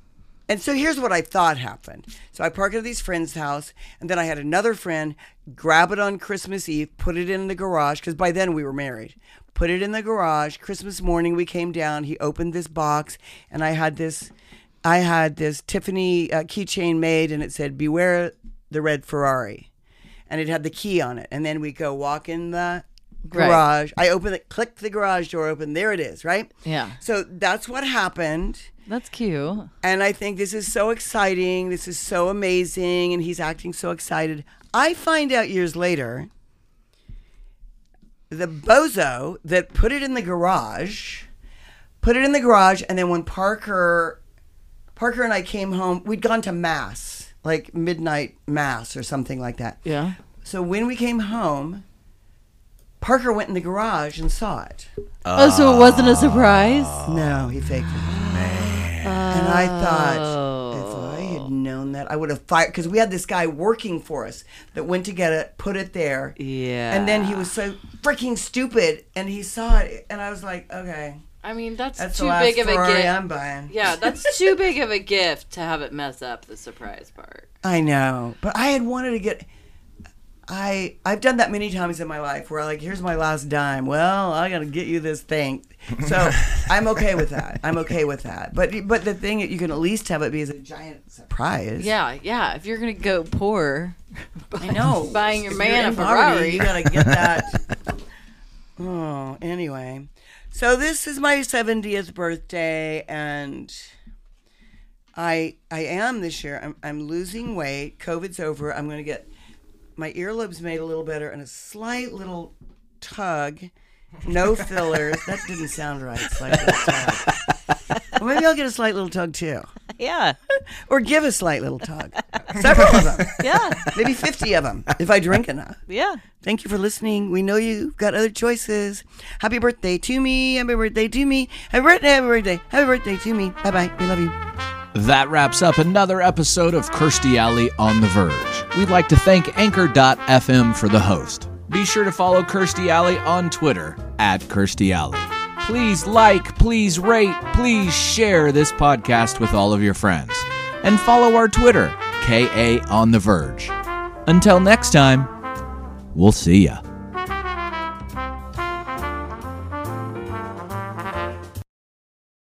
S2: and so here's what I thought happened. So I parked it at these friend's house, and then I had another friend grab it on Christmas Eve, put it in the garage, because by then we were married. Put it in the garage. Christmas morning we came down. He opened this box, and I had this, I had this Tiffany uh, keychain made, and it said "Beware the red Ferrari," and it had the key on it. And then we go walk in the
S4: Right.
S2: garage. I open it, click the garage door open. There it is, right?
S4: Yeah.
S2: So that's what happened.
S4: That's cute.
S2: And I think this is so exciting. This is so amazing. And he's acting so excited. I find out years later the bozo that put it in the garage, put it in the garage. And then when Parker Parker and I came home. We'd gone to mass, like midnight mass or something like that.
S6: Yeah.
S2: So when we came home, Parker went in the garage and saw it.
S6: oh, so it wasn't a surprise.
S2: No,
S4: Oh,
S2: he faked it. And I thought, if I
S4: Oh.
S2: had known that, I would have fired. Because we had this guy working for us that went to get it, put it there.
S6: Yeah.
S2: And then he was so freaking stupid, and he saw it, and I was like, okay,
S4: I mean, that's,
S2: that's
S4: too
S2: the last
S4: big of a
S2: Ferrari
S4: gift.
S2: I'm buying.
S4: Yeah, that's too big of a gift to have it mess up the surprise part.
S2: I know, but I had wanted to get. I I've done that many times in my life where like here's my last dime. Well, I gotta get you this thing, so I'm okay with that. I'm okay with that. But but the thing that you can at least have it be is a giant surprise.
S6: Yeah, yeah. If you're gonna go poor,
S2: I know.
S4: Buying your
S2: If
S4: man
S2: you're
S4: a
S2: in poverty,
S4: Ferrari.
S2: you gotta get that. oh, anyway, so this is my 70th birthday, and I I am this year. I'm I'm losing weight. COVID's over. I'm gonna get my earlobes made a little better and a slight little tug. No fillers. that didn't sound right. Slight little tug. Well, maybe I'll get a slight little tug too,
S6: yeah,
S2: or give a slight little tug. Several of them
S6: yeah,
S2: maybe 50 of them if I drink enough.
S6: yeah.
S2: Thank you for listening. We know you've got other choices. Happy birthday to me. Happy birthday to me. Happy birthday. Happy birthday. Happy birthday to me. Bye bye. We love you.
S3: That wraps up another episode of Kirstie Alley on the Verge. We'd like to thank Anchor.fm for the host. Be sure to follow Kirstie Alley on Twitter at Kirstie Alley. Please like, please rate, please share this podcast with all of your friends. And follow our Twitter, KA on the Verge. Until next time, we'll see ya.